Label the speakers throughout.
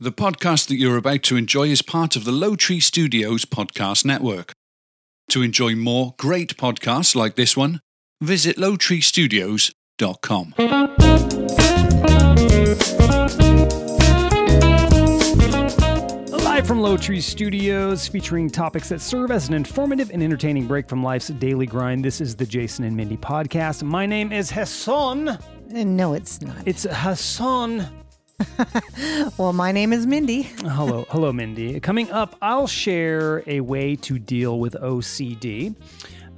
Speaker 1: The podcast that you're about to enjoy is part of the Low Tree Studios podcast network. To enjoy more great podcasts like this one, visit lowtreestudios.com.
Speaker 2: Live from Low Tree Studios, featuring topics that serve as an informative and entertaining break from life's daily grind. This is the Jason and Mindy podcast. My name is Hassan.
Speaker 3: No, it's not.
Speaker 2: It's Hassan.
Speaker 3: Well, my name is Mindy.
Speaker 2: Hello, hello, Mindy. Coming up, I'll share a way to deal with OCD.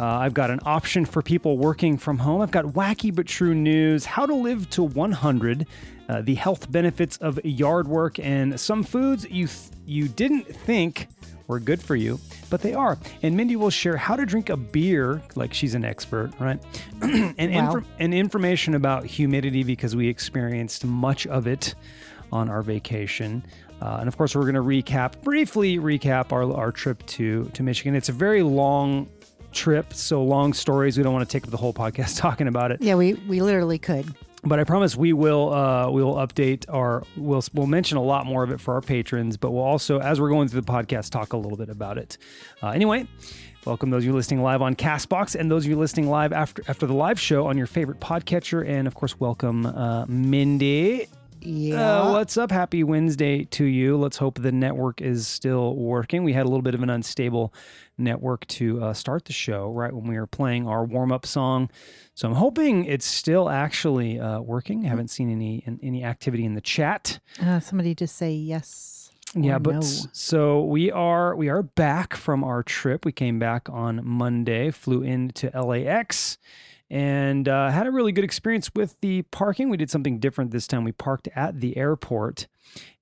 Speaker 2: Uh, I've got an option for people working from home. I've got wacky but true news, how to live to 100, uh, the health benefits of yard work, and some foods you th- you didn't think were good for you, but they are. And Mindy will share how to drink a beer, like she's an expert, right? and, infor- and information about humidity because we experienced much of it on our vacation. Uh, and of course, we're going to recap briefly recap our, our trip to to Michigan. It's a very long trip, so long stories. We don't want to take up the whole podcast talking about it.
Speaker 3: Yeah, we, we literally could.
Speaker 2: But I promise we will uh, we will update our we'll we'll mention a lot more of it for our patrons. But we'll also, as we're going through the podcast, talk a little bit about it. Uh, anyway, welcome those of you listening live on Castbox and those of you listening live after after the live show on your favorite podcatcher. And of course, welcome uh, Mindy.
Speaker 3: Yeah.
Speaker 2: Uh, what's up? Happy Wednesday to you. Let's hope the network is still working. We had a little bit of an unstable network to uh, start the show right when we were playing our warm up song. So I'm hoping it's still actually uh, working. I haven't seen any an- any activity in the chat.
Speaker 3: Uh, somebody just say yes. or
Speaker 2: Yeah, but
Speaker 3: no.
Speaker 2: s- so we are we are back from our trip. We came back on Monday, flew into LAX, and uh, had a really good experience with the parking. We did something different this time. We parked at the airport,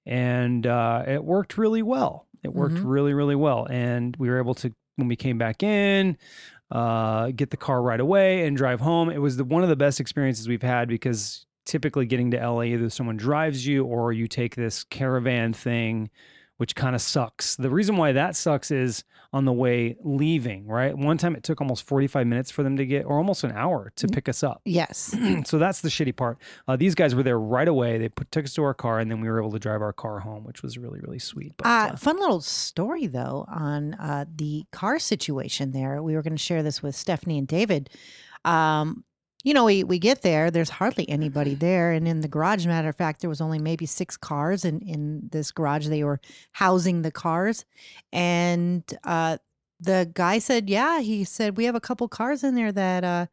Speaker 2: and uh, it worked really well. It worked
Speaker 3: Mhm.
Speaker 2: really really well, and we were able to when we came back in. Uh, get the car right away and drive home. It was the, one of the best experiences we've had because typically getting to LA, either someone drives you or you take this caravan thing which kind of sucks. The reason why that sucks is on the way leaving, right? One time it took almost 45 minutes for them to get, or almost an hour to pick us up.
Speaker 3: yes.
Speaker 2: so that's the shitty part. Uh, these guys were there right away. They put, took us to our car, and then we were able to drive our car home, which was really, really sweet. But,
Speaker 3: Uh, fun little story though on uh, the car situation there. We were going to share this with Stephanie and David. Um, you know, we we get there. There's hardly anybody there, and in the garage, matter of fact, there was only maybe six cars in in this garage. They were housing the cars, and uh, the guy said, "Yeah," he said, "We have a couple cars in there that uh,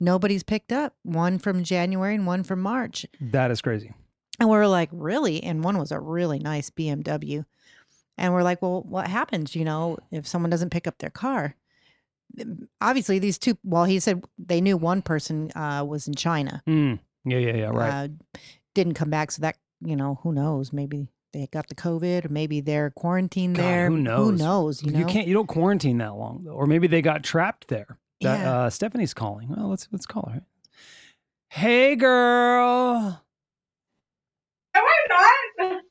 Speaker 3: nobody's picked up. One from January and one from March."
Speaker 2: that is crazy.
Speaker 3: And we were like, really? And one was a really nice BMW. And we're like, well, what happens, you know, if someone doesn't pick up their car? Obviously, these two, well, he said they knew one person uh, was in China,
Speaker 2: Mm. Yeah, yeah, yeah. Right.
Speaker 3: uh, didn't come back. So that, you know, who knows? Maybe they got the COVID or maybe they're quarantined
Speaker 2: God,
Speaker 3: there.
Speaker 2: who
Speaker 3: Who
Speaker 2: knows?
Speaker 3: knows? You
Speaker 2: you,
Speaker 3: know,
Speaker 2: can't. You don't quarantine that long, though. or maybe they got trapped there. That,
Speaker 3: Yeah.
Speaker 2: uh, Stephanie's calling. Well, let's let's call her. Hey, girl.
Speaker 4: No, I'm not.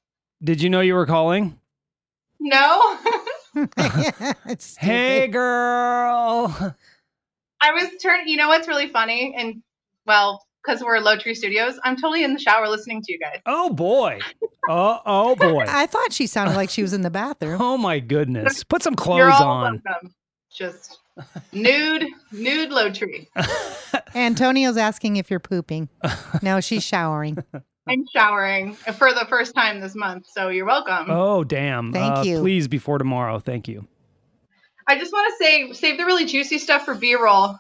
Speaker 2: Did you know you were calling?
Speaker 4: No.
Speaker 3: It's stupid.
Speaker 2: Hey girl.
Speaker 4: I was turning. You know what's really funny? And, well, because we're Low Tree Studios, I'm totally in the shower listening to you guys.
Speaker 2: Oh boy. Oh oh boy.
Speaker 3: I thought she sounded like she was in the bathroom.
Speaker 2: Oh my goodness. Put some
Speaker 4: You're
Speaker 2: clothes
Speaker 4: all
Speaker 2: on.
Speaker 4: welcome. Just nude, nude Low Tree.
Speaker 3: Antonio's asking if you're pooping. No, she's showering.
Speaker 4: I'm showering for the first time this month, so you're welcome.
Speaker 2: Oh damn.
Speaker 3: Thank
Speaker 2: Uh,
Speaker 3: you.
Speaker 2: Please before tomorrow. Thank you.
Speaker 4: I just want to say, save the really juicy stuff for B-roll.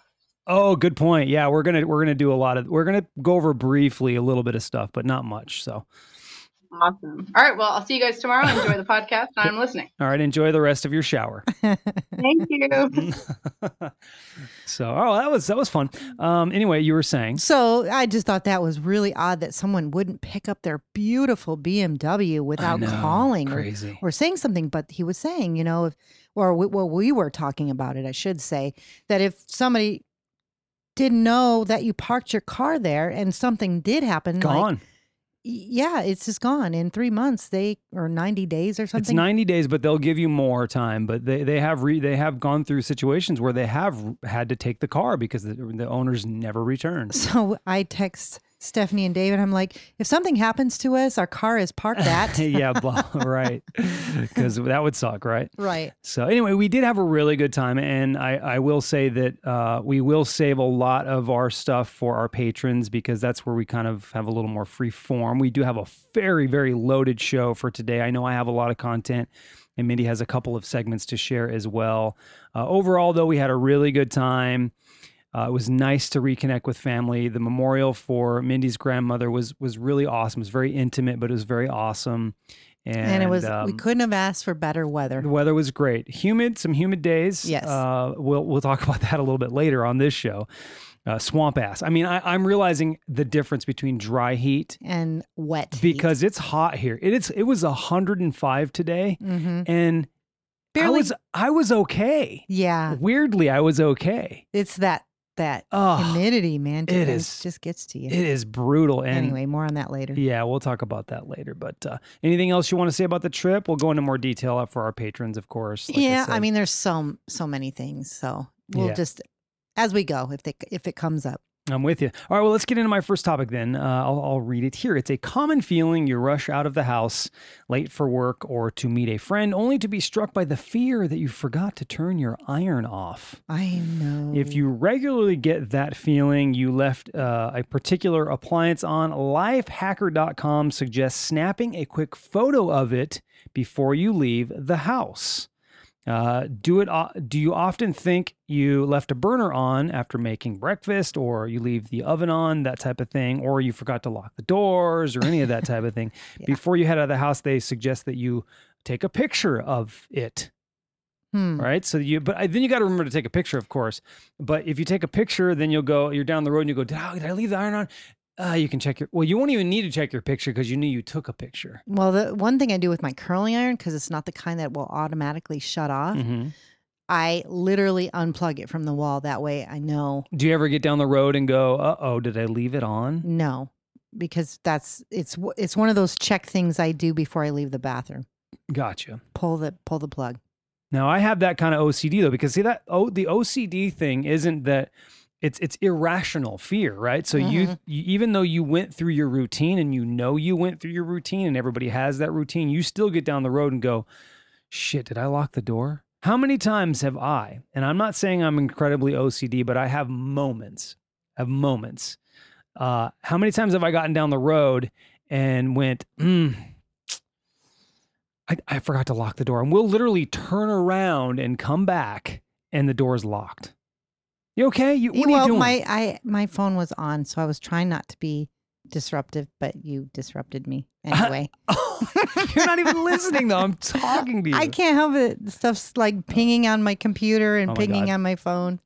Speaker 2: Oh, good point. Yeah, we're gonna we're gonna do a lot of we're gonna go over briefly a little bit of stuff, but not much. So
Speaker 4: Awesome. All right. Well, I'll see you guys tomorrow. Enjoy the podcast. I'm listening.
Speaker 2: all right, enjoy the rest of your shower.
Speaker 4: Thank you.
Speaker 2: so oh that was that was fun. Um anyway, you were saying
Speaker 3: So I just thought that was really odd that someone wouldn't pick up their beautiful BMW
Speaker 2: I
Speaker 3: without
Speaker 2: know,
Speaker 3: calling or,
Speaker 2: Crazy.
Speaker 3: or saying something. But he was saying, you know, if, or we, well, we were talking about it, I should say, that if somebody didn't know that you parked your car there and something did happen, Like,
Speaker 2: Gone.
Speaker 3: y- yeah, it's just gone in three months, they or ninety days or
Speaker 2: It's
Speaker 3: something.
Speaker 2: 90 days, but they'll give you more time. But they, they have re, they have gone through situations where they have had to take the car because the, the owners never returned.
Speaker 3: So I text Stephanie and David, I'm like, if something happens to us, our car is parked at.
Speaker 2: yeah, blah, right. Because that would suck, right?
Speaker 3: Right.
Speaker 2: So anyway, we did have a really good time, and I, I will say that uh, we will save a lot of our stuff for our patrons because that's where we kind of have a little more free form. We do have a very very loaded show for today. I know I have a lot of content, and Mindy has a couple of segments to share as well. Uh, overall, though, we had a really good time. Uh, it was nice to reconnect with family. The memorial for Mindy's grandmother was was really awesome. It was very intimate, but it was very awesome. And,
Speaker 3: And, it was, we
Speaker 2: um,
Speaker 3: couldn't have asked for better weather.
Speaker 2: the weather was great. Humid, some humid days.
Speaker 3: Yes.
Speaker 2: Uh, we'll we'll talk about that a little bit later on this show. Uh, swamp ass. I mean, I, I'm realizing the difference between dry heat
Speaker 3: And wet. heat.
Speaker 2: because it's hot here. It is. It was 105 today,
Speaker 3: Mhm.
Speaker 2: and I
Speaker 3: barely.
Speaker 2: was I was okay.
Speaker 3: yeah.
Speaker 2: Weirdly, I was okay.
Speaker 3: It's that, that
Speaker 2: Oh,
Speaker 3: humidity, man.
Speaker 2: it
Speaker 3: It
Speaker 2: is-
Speaker 3: just gets to you.
Speaker 2: it is brutal. And
Speaker 3: anyway, more on that later.
Speaker 2: Yeah, we'll talk about that later. But uh, anything else you want to say about the trip? We'll go into more detail for our patrons, of course. like
Speaker 3: yeah, I,
Speaker 2: said.
Speaker 3: mean, there's so so many things. So we'll
Speaker 2: Yeah.
Speaker 3: just as we go if they if it comes up.
Speaker 2: I'm with you. All right, well, let's get into my first topic then. Uh, I'll, I'll read it here. It's a common feeling you rush out of the house late for work or to meet a friend, only to be struck by the fear that you forgot to turn your iron off.
Speaker 3: I know.
Speaker 2: If you regularly get that feeling you left uh, a particular appliance on, lifehacker.com suggests snapping a quick photo of it before you leave the house. Uh, do it. o- Do you often think you left a burner on after making breakfast, or you leave the oven on, that type of thing, or you forgot to lock the doors, or any of that type of thing?
Speaker 3: Yeah.
Speaker 2: Before you head out of the house, they suggest that you take a picture of it
Speaker 3: Hmm.
Speaker 2: right? So you, but I, then you got to remember to take a picture, of course. But if you take a picture, then you'll go, you're down the road and you go, did I, did I leave the iron on? Uh, you can check your, well, you won't even need to check your picture because you knew you took a picture.
Speaker 3: Well, the one thing I do with my curling iron because it's not the kind that will automatically shut off.
Speaker 2: Mm-hmm.
Speaker 3: I literally unplug it from the wall. That way, I know
Speaker 2: Do you ever get down the road and go, uh oh, did I leave it on?
Speaker 3: no, because that's it's w- it's one of those check things I do before I leave the bathroom.
Speaker 2: Gotcha.
Speaker 3: Pull the pull the plug.
Speaker 2: Now I have that kind of OCD though, because see that, oh, the OCD thing isn't that. It's, it's irrational fear, right? So you,
Speaker 3: Mhm.
Speaker 2: you even though you went through your routine and you know you went through your routine and everybody has that routine, you still get down the road and go, shit, did I lock the door? How many times have I, and I'm not saying I'm incredibly OCD, but I have moments, I have moments. Uh, how many times have I gotten down the road and went, mm, I, I forgot to lock the door? And we'll literally turn around and come back and the door's locked. You okay? You, what are
Speaker 3: well,
Speaker 2: you doing?
Speaker 3: my I my phone was on, so I was trying not to be disruptive, but you disrupted me anyway.
Speaker 2: You're not even listening though. I'm talking to you.
Speaker 3: I can't help it. The Stuff's like pinging on my computer and
Speaker 2: Oh my
Speaker 3: pinging
Speaker 2: God.
Speaker 3: on my phone.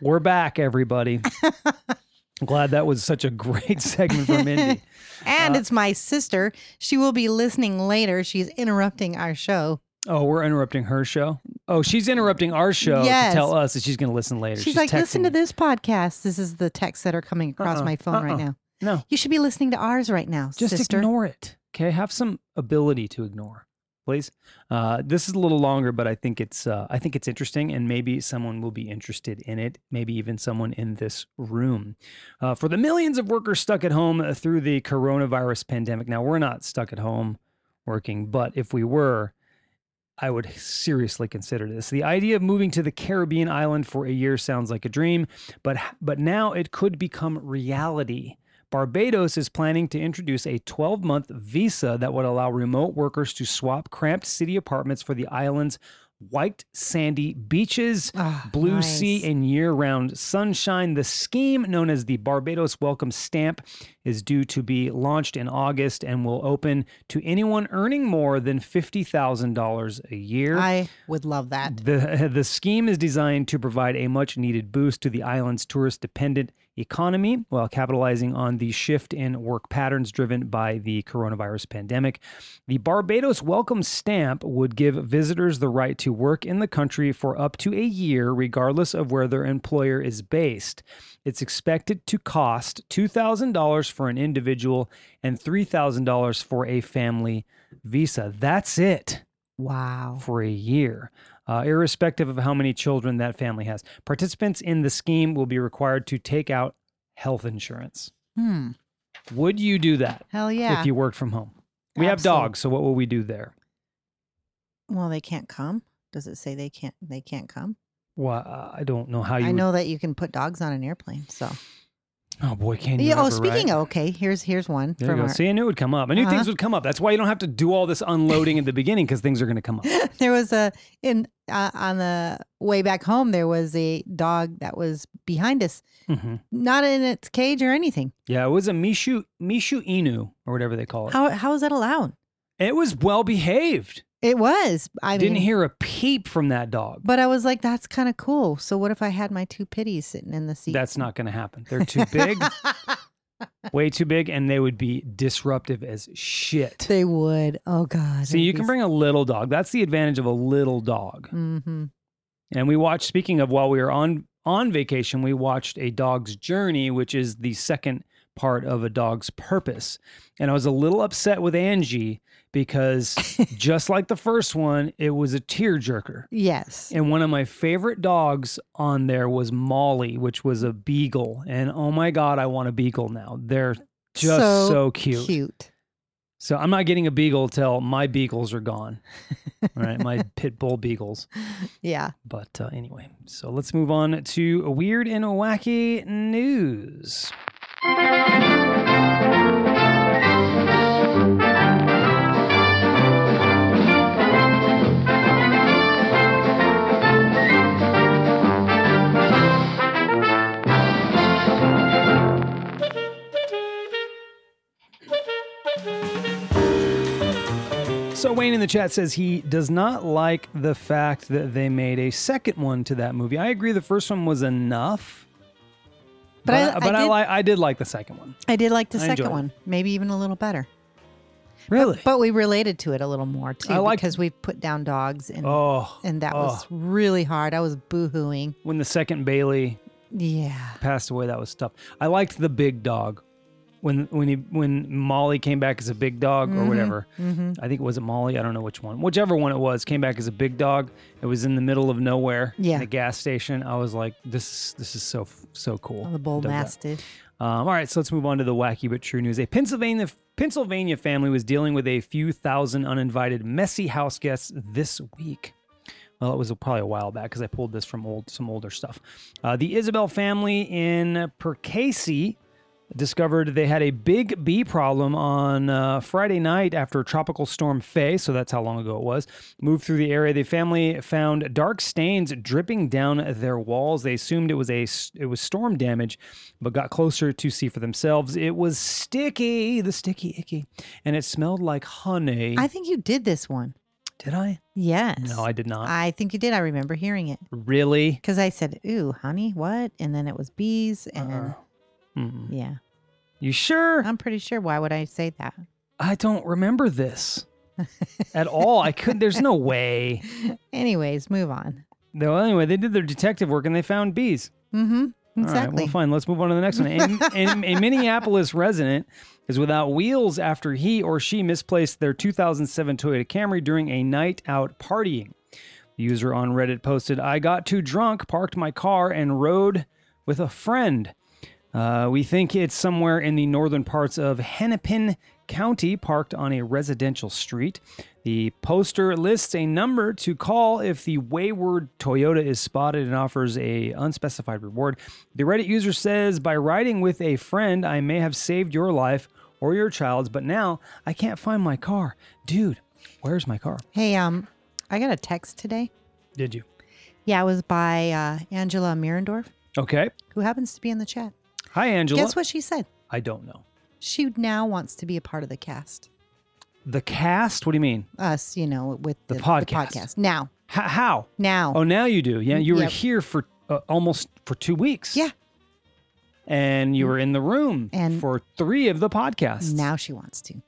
Speaker 2: We're back, everybody. I'm glad that was such a great segment for Mindy.
Speaker 3: And
Speaker 2: Uh,
Speaker 3: it's my sister. She will be listening later. She's interrupting our show.
Speaker 2: Oh, we're interrupting her show. Oh, she's interrupting our show
Speaker 3: Yes.
Speaker 2: to tell us that she's going to listen later.
Speaker 3: She's, like, listen to
Speaker 2: texting me."
Speaker 3: this podcast. This is the texts that are coming across
Speaker 2: Uh-uh,
Speaker 3: my phone right
Speaker 2: uh-uh.
Speaker 3: now.
Speaker 2: No,
Speaker 3: You should be listening to ours right now,
Speaker 2: just
Speaker 3: sister.
Speaker 2: ignore it. Okay, have some ability to ignore, please. Uh, this is a little longer, but I think it's uh, I think it's interesting, and maybe someone will be interested in it. Maybe even someone in this room. Uh, for the millions of workers stuck at home uh, through the coronavirus pandemic. Now we're not stuck at home working, but if we were, I would seriously consider this. The idea of moving to the Caribbean island for a year sounds like a dream, but but now it could become reality. Barbados is planning to introduce a 12-month visa that would allow remote workers to swap cramped city apartments for the island's white sandy beaches
Speaker 3: Ah,
Speaker 2: blue
Speaker 3: nice.
Speaker 2: sea and year-round sunshine the scheme known as the barbados welcome stamp is due to be launched in august and will open to anyone earning more than $50000 a year
Speaker 3: I would love that.
Speaker 2: the, the scheme is designed to provide a much needed boost to the island's tourist dependent economy while capitalizing on the shift in work patterns driven by the coronavirus pandemic. The Barbados Welcome Stamp would give visitors the right to work in the country for up to a year, regardless of where their employer is based. It's expected to cost $2,000 for an individual and $3,000 for a family visa. That's it
Speaker 3: Wow.
Speaker 2: for a year, uh, irrespective of how many children that family has. Participants in the scheme will be required to take out health insurance.
Speaker 3: Hmm.
Speaker 2: Would you do that
Speaker 3: Hell yeah.
Speaker 2: if you worked from home? We have
Speaker 3: Absolute-
Speaker 2: dogs, so what will we do there?
Speaker 3: Well, they can't come. Does it say they can't? They can't come.
Speaker 2: Well, I don't know how you.
Speaker 3: I
Speaker 2: would-
Speaker 3: know that you can put dogs on an airplane. So
Speaker 2: Oh boy, can you?
Speaker 3: yeah. Oh,
Speaker 2: ever,
Speaker 3: speaking
Speaker 2: right?
Speaker 3: of okay, here's here's one
Speaker 2: There you
Speaker 3: from
Speaker 2: go.
Speaker 3: our,
Speaker 2: See, I knew it would come up. I knew
Speaker 3: Uh-huh.
Speaker 2: things would come up. That's why you don't have to do all this unloading at the beginning because things are going to come up.
Speaker 3: there was a in uh, on the way back home there was a dog that was behind us
Speaker 2: Mhm.
Speaker 3: not in its cage or anything
Speaker 2: Yeah, it was a Mishu Mishu Inu or whatever they call it.
Speaker 3: how how is that allowed
Speaker 2: it was well behaved.
Speaker 3: it was i
Speaker 2: I didn't
Speaker 3: mean,
Speaker 2: hear a peep from that dog.
Speaker 3: but i was like that's kind of cool so what if i had my two pitties sitting in the seat
Speaker 2: That's not going to happen. They're too big, way too big, and they would be disruptive as shit.
Speaker 3: they would oh god
Speaker 2: See, you can bring a little dog. That's the advantage of a little dog.
Speaker 3: mm-hmm.
Speaker 2: And we watched. Speaking of, while we were on on vacation, we watched a dog's journey, which is the second part of a dog's purpose. And I was a little upset with Angie because, just like the first one, it was a tearjerker.
Speaker 3: yes
Speaker 2: And one of my favorite dogs on there was Molly, which was a beagle. And oh my god, I want a beagle now. They're just so,
Speaker 3: So
Speaker 2: cute. So I'm not getting a beagle till my beagles are gone. right, my pit bull beagles.
Speaker 3: yeah
Speaker 2: But uh, anyway, so let's move on to weird and wacky news. So Wayne in the chat says he does not like the fact that they made a second one to that movie. I agree the first one was enough.
Speaker 3: But
Speaker 2: but
Speaker 3: I-
Speaker 2: I,
Speaker 3: I
Speaker 2: but I,
Speaker 3: did-
Speaker 2: li- I did like the second one.
Speaker 3: i did like the
Speaker 2: I enjoyed
Speaker 3: second
Speaker 2: it.
Speaker 3: one maybe even a little better
Speaker 2: Really?
Speaker 3: but we related to it a little more too
Speaker 2: I liked-
Speaker 3: because we put down dogs and
Speaker 2: oh,
Speaker 3: and that was really hard. I was boohooing.
Speaker 2: when the second Bailey
Speaker 3: Yeah.
Speaker 2: passed away, that was tough. I liked the big dog. When when he when Molly came back as a big dog
Speaker 3: Mm-hmm.
Speaker 2: or whatever, I think it wasn't Molly. I don't know which one, whichever one it was, came back as a big dog. It was in the middle of nowhere,
Speaker 3: Yeah.
Speaker 2: in a gas station. I was like, this is this is so so cool.
Speaker 3: Oh, The bull
Speaker 2: Dug that.
Speaker 3: mastiff.
Speaker 2: Um, all right, so let's move on to the wacky but true news. A Pennsylvania Pennsylvania family was dealing with a few thousand uninvited messy house guests this week. Well, it was probably a while back because I pulled this from old some older stuff. Uh, the Isabel family in Percasey discovered they had a big bee problem on uh, Friday night after Tropical Storm Faye, so that's how long ago it was, moved through the area. The family found dark stains dripping down their walls. They assumed it was a it was storm damage, but got closer to see for themselves. It was sticky, the sticky icky, and it smelled like honey.
Speaker 3: I think you did this one.
Speaker 2: did I?
Speaker 3: Yes.
Speaker 2: No, I did not.
Speaker 3: I think you did. I remember hearing it
Speaker 2: really?
Speaker 3: because I said, "Ooh, honey, what?" And then it was bees, and
Speaker 2: Uh-uh. Mm-mm.
Speaker 3: yeah,
Speaker 2: You sure?
Speaker 3: I'm pretty sure. Why would I say that?
Speaker 2: I don't remember this at all. I could. There's no way.
Speaker 3: Anyways, move on.
Speaker 2: Though anyway, they did their detective work and they found bees.
Speaker 3: Mm-hmm.
Speaker 2: All right, well,
Speaker 3: Exactly.
Speaker 2: fine. Let's move on to the next one. A, a, a Minneapolis resident is without wheels after he or she misplaced their 2007 Toyota Camry during a night out partying. The user on Reddit posted, "I got too drunk, parked my car, and rode with a friend. Uh, we think it's somewhere in the northern parts of Hennepin County, parked on a residential street. The poster lists a number to call if the wayward Toyota is spotted and offers a unspecified reward. The Reddit user says, "By riding with a friend, I may have saved your life or your child's, but now I can't find my car. Dude, where's my car?
Speaker 3: Hey, um, I got a text today.
Speaker 2: Did you?
Speaker 3: Yeah, it was by uh, Angela Mirendorf,
Speaker 2: Okay.
Speaker 3: who happens to be in the chat.
Speaker 2: Hi, Angela.
Speaker 3: Guess what she said?
Speaker 2: I don't know.
Speaker 3: She now wants to be a part of the cast.
Speaker 2: The cast? What do you mean?
Speaker 3: Us, you know, with
Speaker 2: The
Speaker 3: the,
Speaker 2: podcast.
Speaker 3: podcast. Now,
Speaker 2: H- how?
Speaker 3: now.
Speaker 2: Oh, now you do. Yeah, you were
Speaker 3: Yep.
Speaker 2: here for uh, almost for two weeks.
Speaker 3: Yeah.
Speaker 2: and you were in the room
Speaker 3: And-
Speaker 2: for three of the podcasts.
Speaker 3: Now she wants to.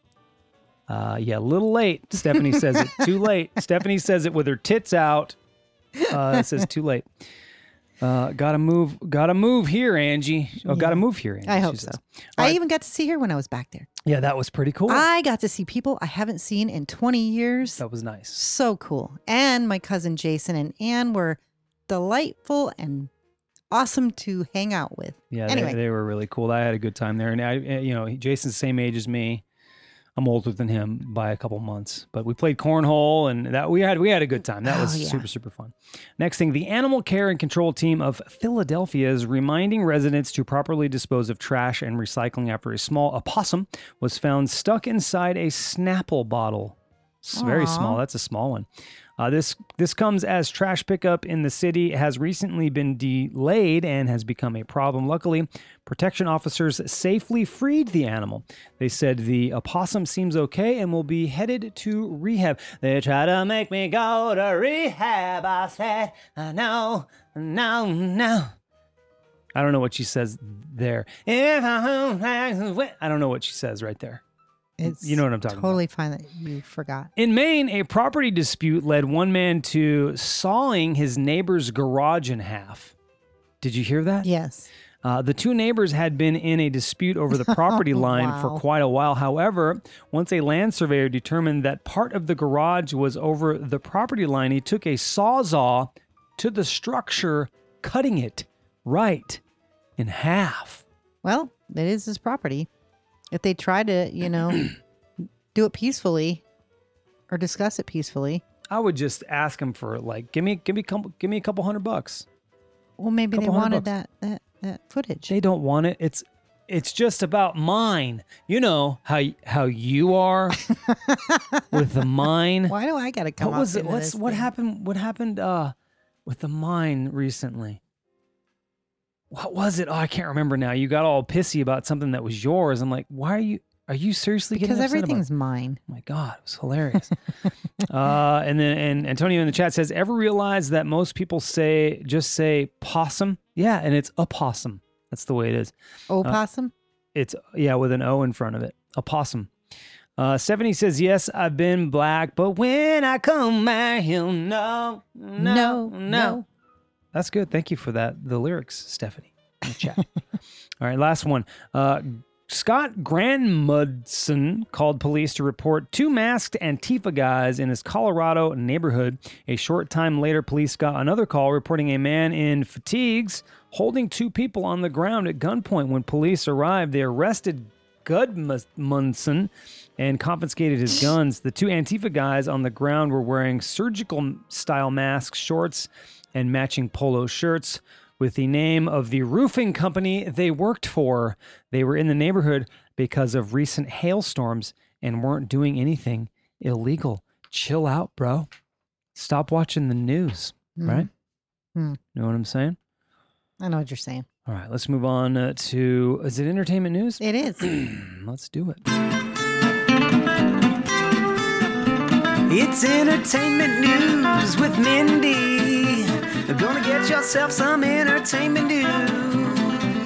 Speaker 2: uh, yeah, a little late. Stephanie says it. Too late. Stephanie says it with her tits out. Uh, it says too late. Uh, gotta move. Gotta move here, Angie. Oh,
Speaker 3: Yeah.
Speaker 2: gotta move here. Angie,
Speaker 3: I hope
Speaker 2: she
Speaker 3: so.
Speaker 2: says.
Speaker 3: I
Speaker 2: right.
Speaker 3: even got to see her when I was back there.
Speaker 2: Yeah, that was pretty cool.
Speaker 3: I got to see people I haven't seen in 20 years.
Speaker 2: that was nice.
Speaker 3: So cool. And my cousin Jason and Anne were delightful and awesome to hang out with.
Speaker 2: Yeah,
Speaker 3: Anyway.
Speaker 2: they, they were really cool. I had a good time there, and I, uh, you know, Jason's the same age as me. I'm older than him by a couple months, but we played cornhole, and that we had we had a good time. That
Speaker 3: Oh,
Speaker 2: was
Speaker 3: yeah.
Speaker 2: super super fun. Next thing, the Animal Care and Control team of Philadelphia is reminding residents to properly dispose of trash and recycling after a small opossum was found stuck inside a Snapple bottle. It's very
Speaker 3: Aw.
Speaker 2: small. That's a small one. Uh, this this comes as trash pickup in the city has recently been delayed and has become a problem. Luckily, protection officers safely freed the animal. They said the opossum seems okay and will be headed to rehab. They try to make me go to rehab. I said "Uh, no, no, no. I don't know what she says there. If I I don't know what she says right there.
Speaker 3: It's
Speaker 2: You know what I'm talking about.
Speaker 3: totally fine that you forgot.
Speaker 2: In Maine, a property dispute led one man to sawing his neighbor's garage in half. Did you hear that?
Speaker 3: Yes.
Speaker 2: Uh, the two neighbors had been in a dispute over the property line for
Speaker 3: Wow.
Speaker 2: quite a while. However, once a land surveyor determined that part of the garage was over the property line, he took a sawzall to the structure, cutting it right in half.
Speaker 3: Well, it is his property. If they try to, you know, do it peacefully or discuss it peacefully,
Speaker 2: I would just ask him for like, give me, give me, couple- give me a couple hundred bucks.
Speaker 3: well, maybe they
Speaker 2: Couple hundred
Speaker 3: wanted that, that that footage.
Speaker 2: They don't want it. It's it's just about mine. You know how y- how you are with the mine.
Speaker 3: Why do I got to come?
Speaker 2: what was it?
Speaker 3: up into
Speaker 2: What's
Speaker 3: this
Speaker 2: what
Speaker 3: thing?
Speaker 2: happened? What happened uh with the mine recently? What was it? Oh, I can't remember now. You got all pissy about something that was yours. I'm like, why are you? Are you seriously
Speaker 3: Because
Speaker 2: getting upset about Oh
Speaker 3: everything's mine.
Speaker 2: my God, it was hilarious. uh, and then and Antonio in the chat says, ever realize that most people say just say possum? Yeah, and it's a possum. That's the way it is.
Speaker 3: Opossum.
Speaker 2: It's yeah, with an O in front of it. A possum. Uh, 70 says, Yes, I've been black, but when I come back, he'll know. No, no, That's good. Thank you for that. The lyrics, Stephanie, in the chat. All right, last one. Uh, Scott Grandmudson called police to report two masked Antifa guys in his Colorado neighborhood. A short time later, police got another call reporting a man in fatigues holding two people on the ground at gunpoint. When police arrived, they arrested Gudmundsson and confiscated his guns. The two Antifa guys on the ground were wearing surgical style masks, shorts, and matching polo shirts with the name of the roofing company they worked for. They were in the neighborhood because of recent hailstorms and weren't doing anything illegal. Chill out, bro. Stop watching the news,
Speaker 3: Mhm.
Speaker 2: right?
Speaker 3: Mm.
Speaker 2: You know what I'm saying?
Speaker 3: I know what you're saying.
Speaker 2: All right, let's move on uh, to is it entertainment news?
Speaker 3: It is.
Speaker 2: Let's do it.
Speaker 5: It's entertainment news with Mindy. Gonna get yourself some entertainment news.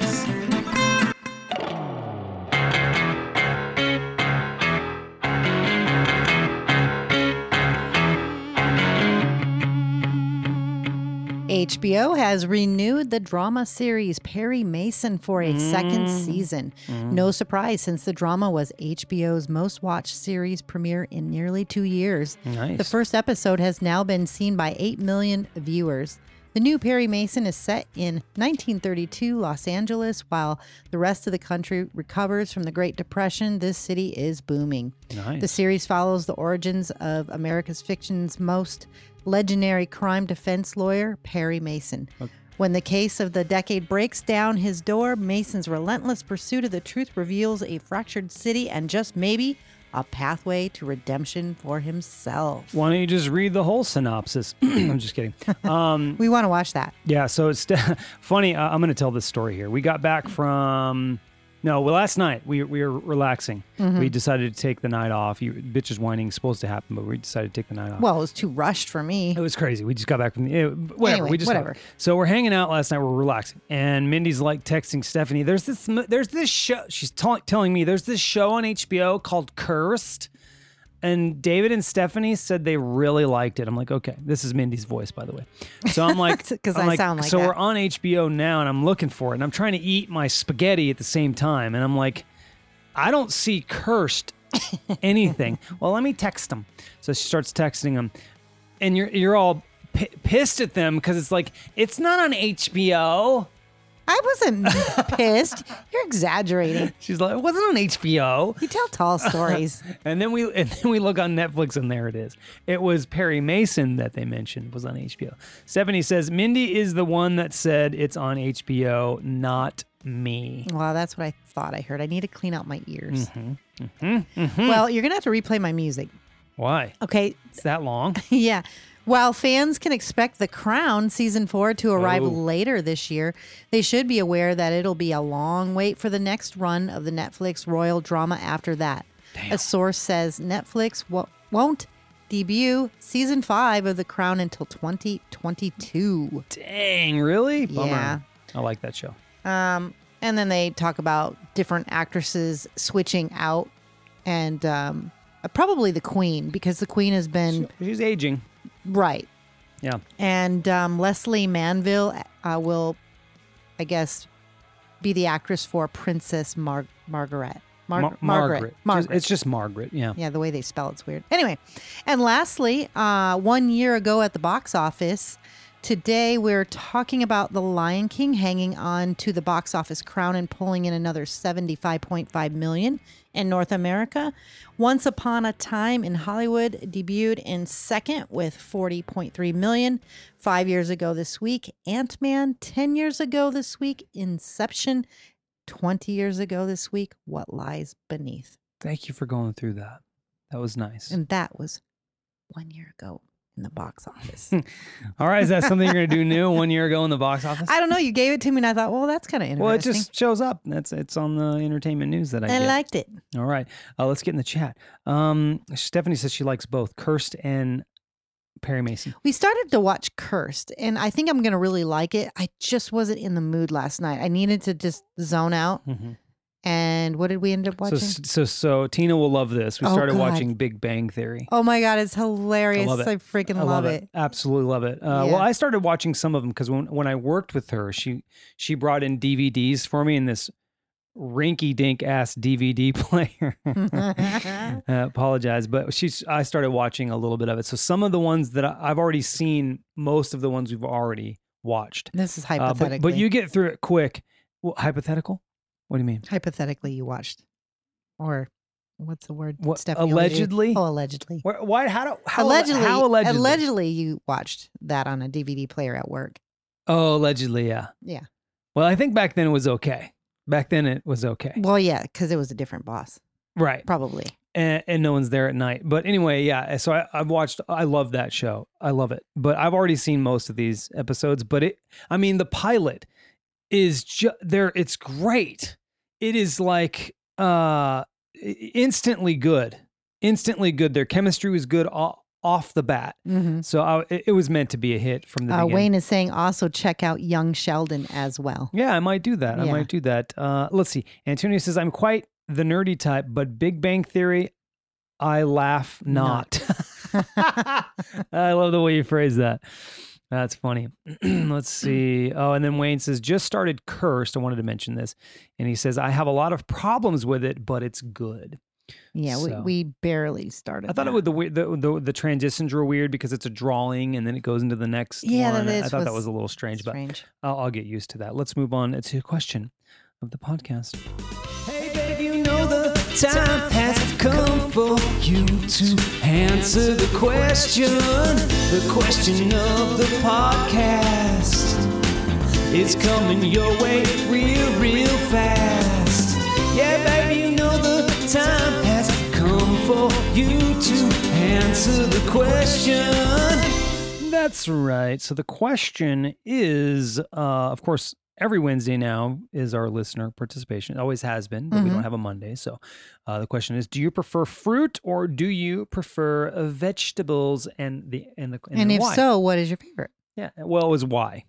Speaker 3: HBO has renewed the drama series Perry Mason for a second
Speaker 2: Mm.
Speaker 3: season. No surprise, since the drama was HBO's most watched series premiere in nearly two years.
Speaker 2: Nice.
Speaker 3: The first episode has now been seen by 8 million viewers. The new Perry Mason is set in 1932 Los Angeles. While the rest of the country recovers from the Great Depression, this city is booming.
Speaker 2: nice.
Speaker 3: The series follows the origins of America's fiction's most legendary crime defense lawyer, Perry Mason. When the case of the decade breaks down his door, Mason's relentless pursuit of the truth reveals a fractured city and just maybe a pathway to redemption for himself.
Speaker 2: Why don't you just read the whole synopsis? I'm just kidding. Um,
Speaker 3: We want to watch that.
Speaker 2: yeah, so it's funny. Uh, I'm going to tell this story here. We got back from. No, well, last night we, we were relaxing. We decided to take the night off. You, bitches whining is supposed to happen, but we decided to take the night off.
Speaker 3: Well, it was too rushed for me.
Speaker 2: It was crazy. We just got back from the eh, whatever.
Speaker 3: Anyway,
Speaker 2: we just got
Speaker 3: whatever.
Speaker 2: back. So we're hanging out last night. We're relaxing, and Mindy's like texting Stephanie. There's this. mo- There's this show. She's t- telling me there's this show on HBO called Cursed, and David and Stephanie said they really liked it. I'm like, okay, this is Mindy's voice, by the way. So I'm like,
Speaker 3: 'Cause
Speaker 2: I'm
Speaker 3: I sound like
Speaker 2: so
Speaker 3: that.
Speaker 2: we're on HBO now, and I'm looking for it, and I'm trying to eat my spaghetti at the same time, and I'm like, I don't see Cursed anything. well, let me text him. So she starts texting him and you're you're all p- pissed at them because it's like it's not on HBO.
Speaker 3: I wasn't pissed. You're exaggerating.
Speaker 2: She's like, it wasn't on HBO.
Speaker 3: You tell tall stories.
Speaker 2: And then we and then we look on Netflix and there it is. It was Perry Mason that they mentioned was on HBO. 70 says Mindy is the one that said it's on HBO, not me.
Speaker 3: Wow, that's what I thought I heard. I need to clean out my ears. Well, you're going to have to replay my music.
Speaker 2: Why?
Speaker 3: Okay.
Speaker 2: It's that long.
Speaker 3: Yeah. While fans can expect The Crown season four to arrive
Speaker 2: Oh.
Speaker 3: later this year, they should be aware that it'll be a long wait for the next run of the Netflix royal drama after that. A source says Netflix wo- won't debut season five of The Crown until 2022.
Speaker 2: Dang, really? Bummer.
Speaker 3: Yeah.
Speaker 2: I like that show.
Speaker 3: Um, and then they talk about different actresses switching out and um, probably the Queen because the Queen has been
Speaker 2: She's aging.
Speaker 3: right.
Speaker 2: Yeah.
Speaker 3: And um, Leslie Manville uh, will, I guess, be the actress for Princess Mar- Margaret. Mar-
Speaker 2: Mar-
Speaker 3: Margaret.
Speaker 2: Just-
Speaker 3: Margaret.
Speaker 2: It's just Margaret. Yeah.
Speaker 3: Yeah, the way they spell it's weird. Anyway, and lastly, uh, one year ago at the box office, today we're talking about The Lion King hanging on to the box office crown and pulling in another 75.5 million in North America. Once Upon a Time in Hollywood debuted in second with 40.3 million. Five years ago this week, Ant Man. 10 years ago this week, Inception. 20 years ago this week, What Lies Beneath.
Speaker 2: Thank you for going through that. That was nice.
Speaker 3: And that was one year ago in the box office.
Speaker 2: All right, is that something you're gonna do new one year ago in the box office?
Speaker 3: I don't know. You gave it to me, and I thought, well, that's kind of interesting.
Speaker 2: well, it just shows up. That's it's on the entertainment news that I
Speaker 3: I
Speaker 2: get.
Speaker 3: liked it.
Speaker 2: All right, uh, let's get in the chat. Um, Stephanie says she likes both Cursed and Perry Mason.
Speaker 3: We started to watch Cursed, and I think I'm going to really like it. I just wasn't in the mood last night. I needed to just zone out.
Speaker 2: Mhm.
Speaker 3: And what did we end up
Speaker 2: So
Speaker 3: watching?
Speaker 2: so so Tina will love this. We
Speaker 3: Oh,
Speaker 2: started
Speaker 3: God.
Speaker 2: watching Big Bang Theory.
Speaker 3: oh my God, it's hilarious. I,
Speaker 2: love it.
Speaker 3: freaking love, it.
Speaker 2: Absolutely love it. Uh,
Speaker 3: Yeah.
Speaker 2: Well, I started watching some of them because when when I worked with her, she she brought in DVDs for me in this rinky dink ass DVD player. I apologize, but she's I started watching a little bit of it. So some of the ones that I, I've already seen, most of the ones we've already watched.
Speaker 3: This is
Speaker 2: Uh,
Speaker 3: hypothetically.
Speaker 2: but, but you get through it quick. Well, hypothetical? What do you mean?
Speaker 3: hypothetically you watched, or what's the word?
Speaker 2: What-
Speaker 3: Stephanie would use?
Speaker 2: allegedly?
Speaker 3: Oh, allegedly.
Speaker 2: Where, why? How? Do, how?
Speaker 3: allegedly,
Speaker 2: How allegedly?
Speaker 3: allegedly, you watched that on a DVD player at work.
Speaker 2: Oh, allegedly. Yeah.
Speaker 3: Yeah.
Speaker 2: Well, I think back then it was okay. Back then it was okay.
Speaker 3: Well, yeah, because it was a different boss,
Speaker 2: Right.
Speaker 3: probably.
Speaker 2: and, and no one's there at night. But anyway, yeah. So I, I've watched. I love that show. I love it. But I've already seen most of these episodes. But it. I mean, the pilot is just there. It's great. It is like uh i- instantly good. Instantly good. Their chemistry was good o- off Mm-hmm. the bat. So I, it it was meant to be a hit from the
Speaker 3: Uh,
Speaker 2: beginning.
Speaker 3: Wayne is saying also check out Young Sheldon as well.
Speaker 2: Yeah, I might do that. I
Speaker 3: Yeah.
Speaker 2: might do that. Uh, let's see. Antonio says, I'm quite the nerdy type, but Big Bang Theory, I laugh not. I love the way you phrase that. That's funny. let's see. Oh, and then Wayne says, just started Cursed. I wanted to mention this. And he says, I have a lot of problems with it, but it's good.
Speaker 3: Yeah,
Speaker 2: So-
Speaker 3: we, we barely started.
Speaker 2: I thought it
Speaker 3: that.
Speaker 2: would the, we- the the the transitions were weird because it's a drawing and then it goes into the next
Speaker 3: Yeah,
Speaker 2: one.
Speaker 3: that
Speaker 2: I
Speaker 3: is-
Speaker 2: thought that
Speaker 3: was
Speaker 2: was a little strange, but
Speaker 3: strange.
Speaker 2: I'll, I'll get used to that. Let's move on to a question of the podcast. Hey, babe, you know the time has come for you to answer the question. The question of the podcast is coming your way real, real fast. Yeah, baby, you know the time has come for you to answer the question. That's right. So the question is, uh, of course, every Wednesday now is our listener participation. It always has been, but we
Speaker 3: Mm-hmm.
Speaker 2: don't have a Monday. So uh, the question is, do you prefer fruit or do you prefer uh, vegetables? And the and the and,
Speaker 3: and
Speaker 2: then
Speaker 3: if
Speaker 2: why?
Speaker 3: so, what is your favorite?
Speaker 2: Yeah. Well, it was why.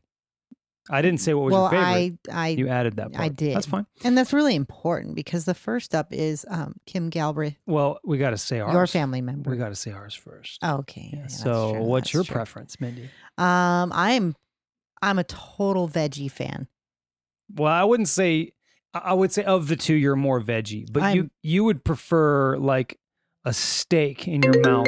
Speaker 2: I didn't say what was
Speaker 3: well,
Speaker 2: your favorite.
Speaker 3: I, I,
Speaker 2: you added that. Part.
Speaker 3: I did.
Speaker 2: That's fine.
Speaker 3: and that's really important because the first up is um, Kim Galbraith,
Speaker 2: Well, we got to say ours.
Speaker 3: your family member.
Speaker 2: We got to say ours first.
Speaker 3: Oh, okay.
Speaker 2: Yeah,
Speaker 3: yeah, that's
Speaker 2: so,
Speaker 3: true,
Speaker 2: what's
Speaker 3: that's
Speaker 2: your
Speaker 3: true.
Speaker 2: preference, Mindy?
Speaker 3: Um, I'm, I'm a total veggie fan.
Speaker 2: Well, I wouldn't say. I- I would say of the two, you're more veggie, but you
Speaker 3: I'm-
Speaker 2: you would prefer like a steak in your mouth.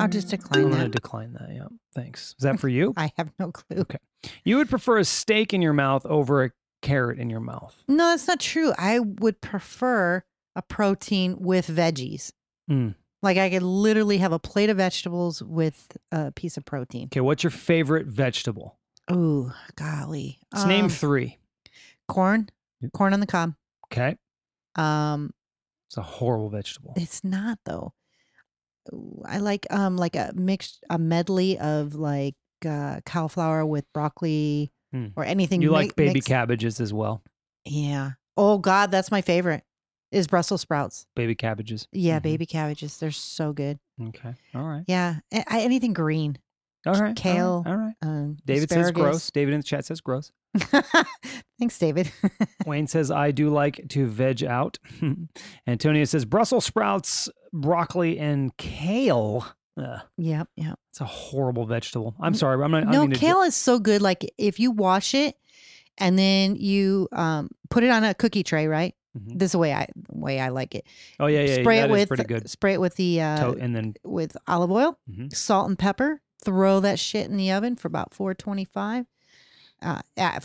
Speaker 3: I'll just decline
Speaker 2: I'm going to
Speaker 3: that.
Speaker 2: decline that. Yeah. Thanks. Is that for you?
Speaker 3: I have no clue.
Speaker 2: Okay. You would prefer a steak in your mouth over a carrot in your mouth.
Speaker 3: No, that's not true. I would prefer a protein with veggies.
Speaker 2: Mm.
Speaker 3: Like I could literally have a plate of vegetables with a piece of protein.
Speaker 2: Okay. What's your favorite vegetable?
Speaker 3: Ooh, golly.
Speaker 2: Let's name
Speaker 3: Um,
Speaker 2: three.
Speaker 3: corn.
Speaker 2: Yep.
Speaker 3: Corn on the cob.
Speaker 2: Okay.
Speaker 3: Um,
Speaker 2: It's a horrible vegetable.
Speaker 3: it's not though. Ooh, I like um like a mixed a medley of like uh, cauliflower with broccoli
Speaker 2: Hmm.
Speaker 3: or anything.
Speaker 2: You
Speaker 3: mi-
Speaker 2: like baby
Speaker 3: mixed-
Speaker 2: cabbages as well.
Speaker 3: Yeah. Oh God, that's my favorite. Is Brussels sprouts.
Speaker 2: Baby cabbages.
Speaker 3: Yeah,
Speaker 2: Mhm.
Speaker 3: baby cabbages. They're so good.
Speaker 2: Okay. All right.
Speaker 3: Yeah, a- I- anything green.
Speaker 2: All right. all right,
Speaker 3: Kale.
Speaker 2: All right.
Speaker 3: Um,
Speaker 2: David says gross.
Speaker 3: asparagus.
Speaker 2: David in the chat says gross.
Speaker 3: Thanks, David.
Speaker 2: Wayne says I do like to veg out. Antonio says Brussels sprouts, broccoli, and kale. Ugh,
Speaker 3: yep, yep.
Speaker 2: it's a horrible vegetable. I'm sorry. I'm not. I
Speaker 3: no,
Speaker 2: mean to-
Speaker 3: kale is so good. Like if you wash it and then you um, put it on a cookie tray, right?
Speaker 2: Mhm.
Speaker 3: This is the way I way I like it.
Speaker 2: Oh yeah, yeah.
Speaker 3: spray
Speaker 2: yeah,
Speaker 3: it
Speaker 2: that is
Speaker 3: with
Speaker 2: pretty good.
Speaker 3: spray it with the uh,
Speaker 2: To- and then
Speaker 3: with olive oil,
Speaker 2: Mhm.
Speaker 3: salt and pepper. Throw that shit in the oven for about 425 uh, at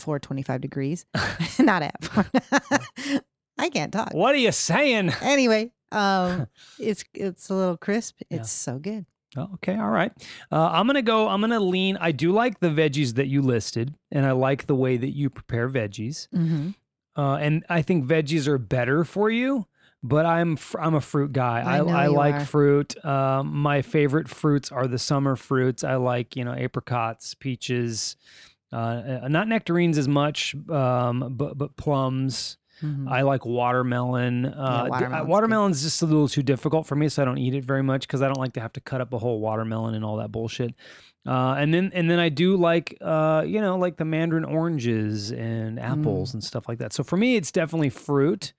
Speaker 3: 425 degrees. Not at 4. I can't talk.
Speaker 2: what are you saying?
Speaker 3: anyway, um, it's it's a little crisp. It's
Speaker 2: Yeah.
Speaker 3: so good.
Speaker 2: Oh, okay, all right. Uh, I'm gonna go. I'm gonna lean. I do like the veggies that you listed, and I like the way that you prepare veggies.
Speaker 3: Mm-hmm.
Speaker 2: Uh, and I think veggies are better for you. But I'm fr- I'm a fruit guy.
Speaker 3: I
Speaker 2: I,
Speaker 3: know
Speaker 2: I
Speaker 3: you
Speaker 2: like
Speaker 3: are.
Speaker 2: fruit. Um, my favorite fruits are the summer fruits. I like you know apricots, peaches, uh, uh, not nectarines as much, um, but but plums.
Speaker 3: Mm-hmm.
Speaker 2: I like watermelon. Uh, d- I-
Speaker 3: watermelon's good.
Speaker 2: watermelon's just a little too difficult for me, so I don't eat it very much because I don't like to have to cut up a whole watermelon and all that bullshit. Uh, and then and then I do like uh, you know like the mandarin oranges and apples
Speaker 3: Mm.
Speaker 2: and stuff like that. So for me, it's definitely fruit.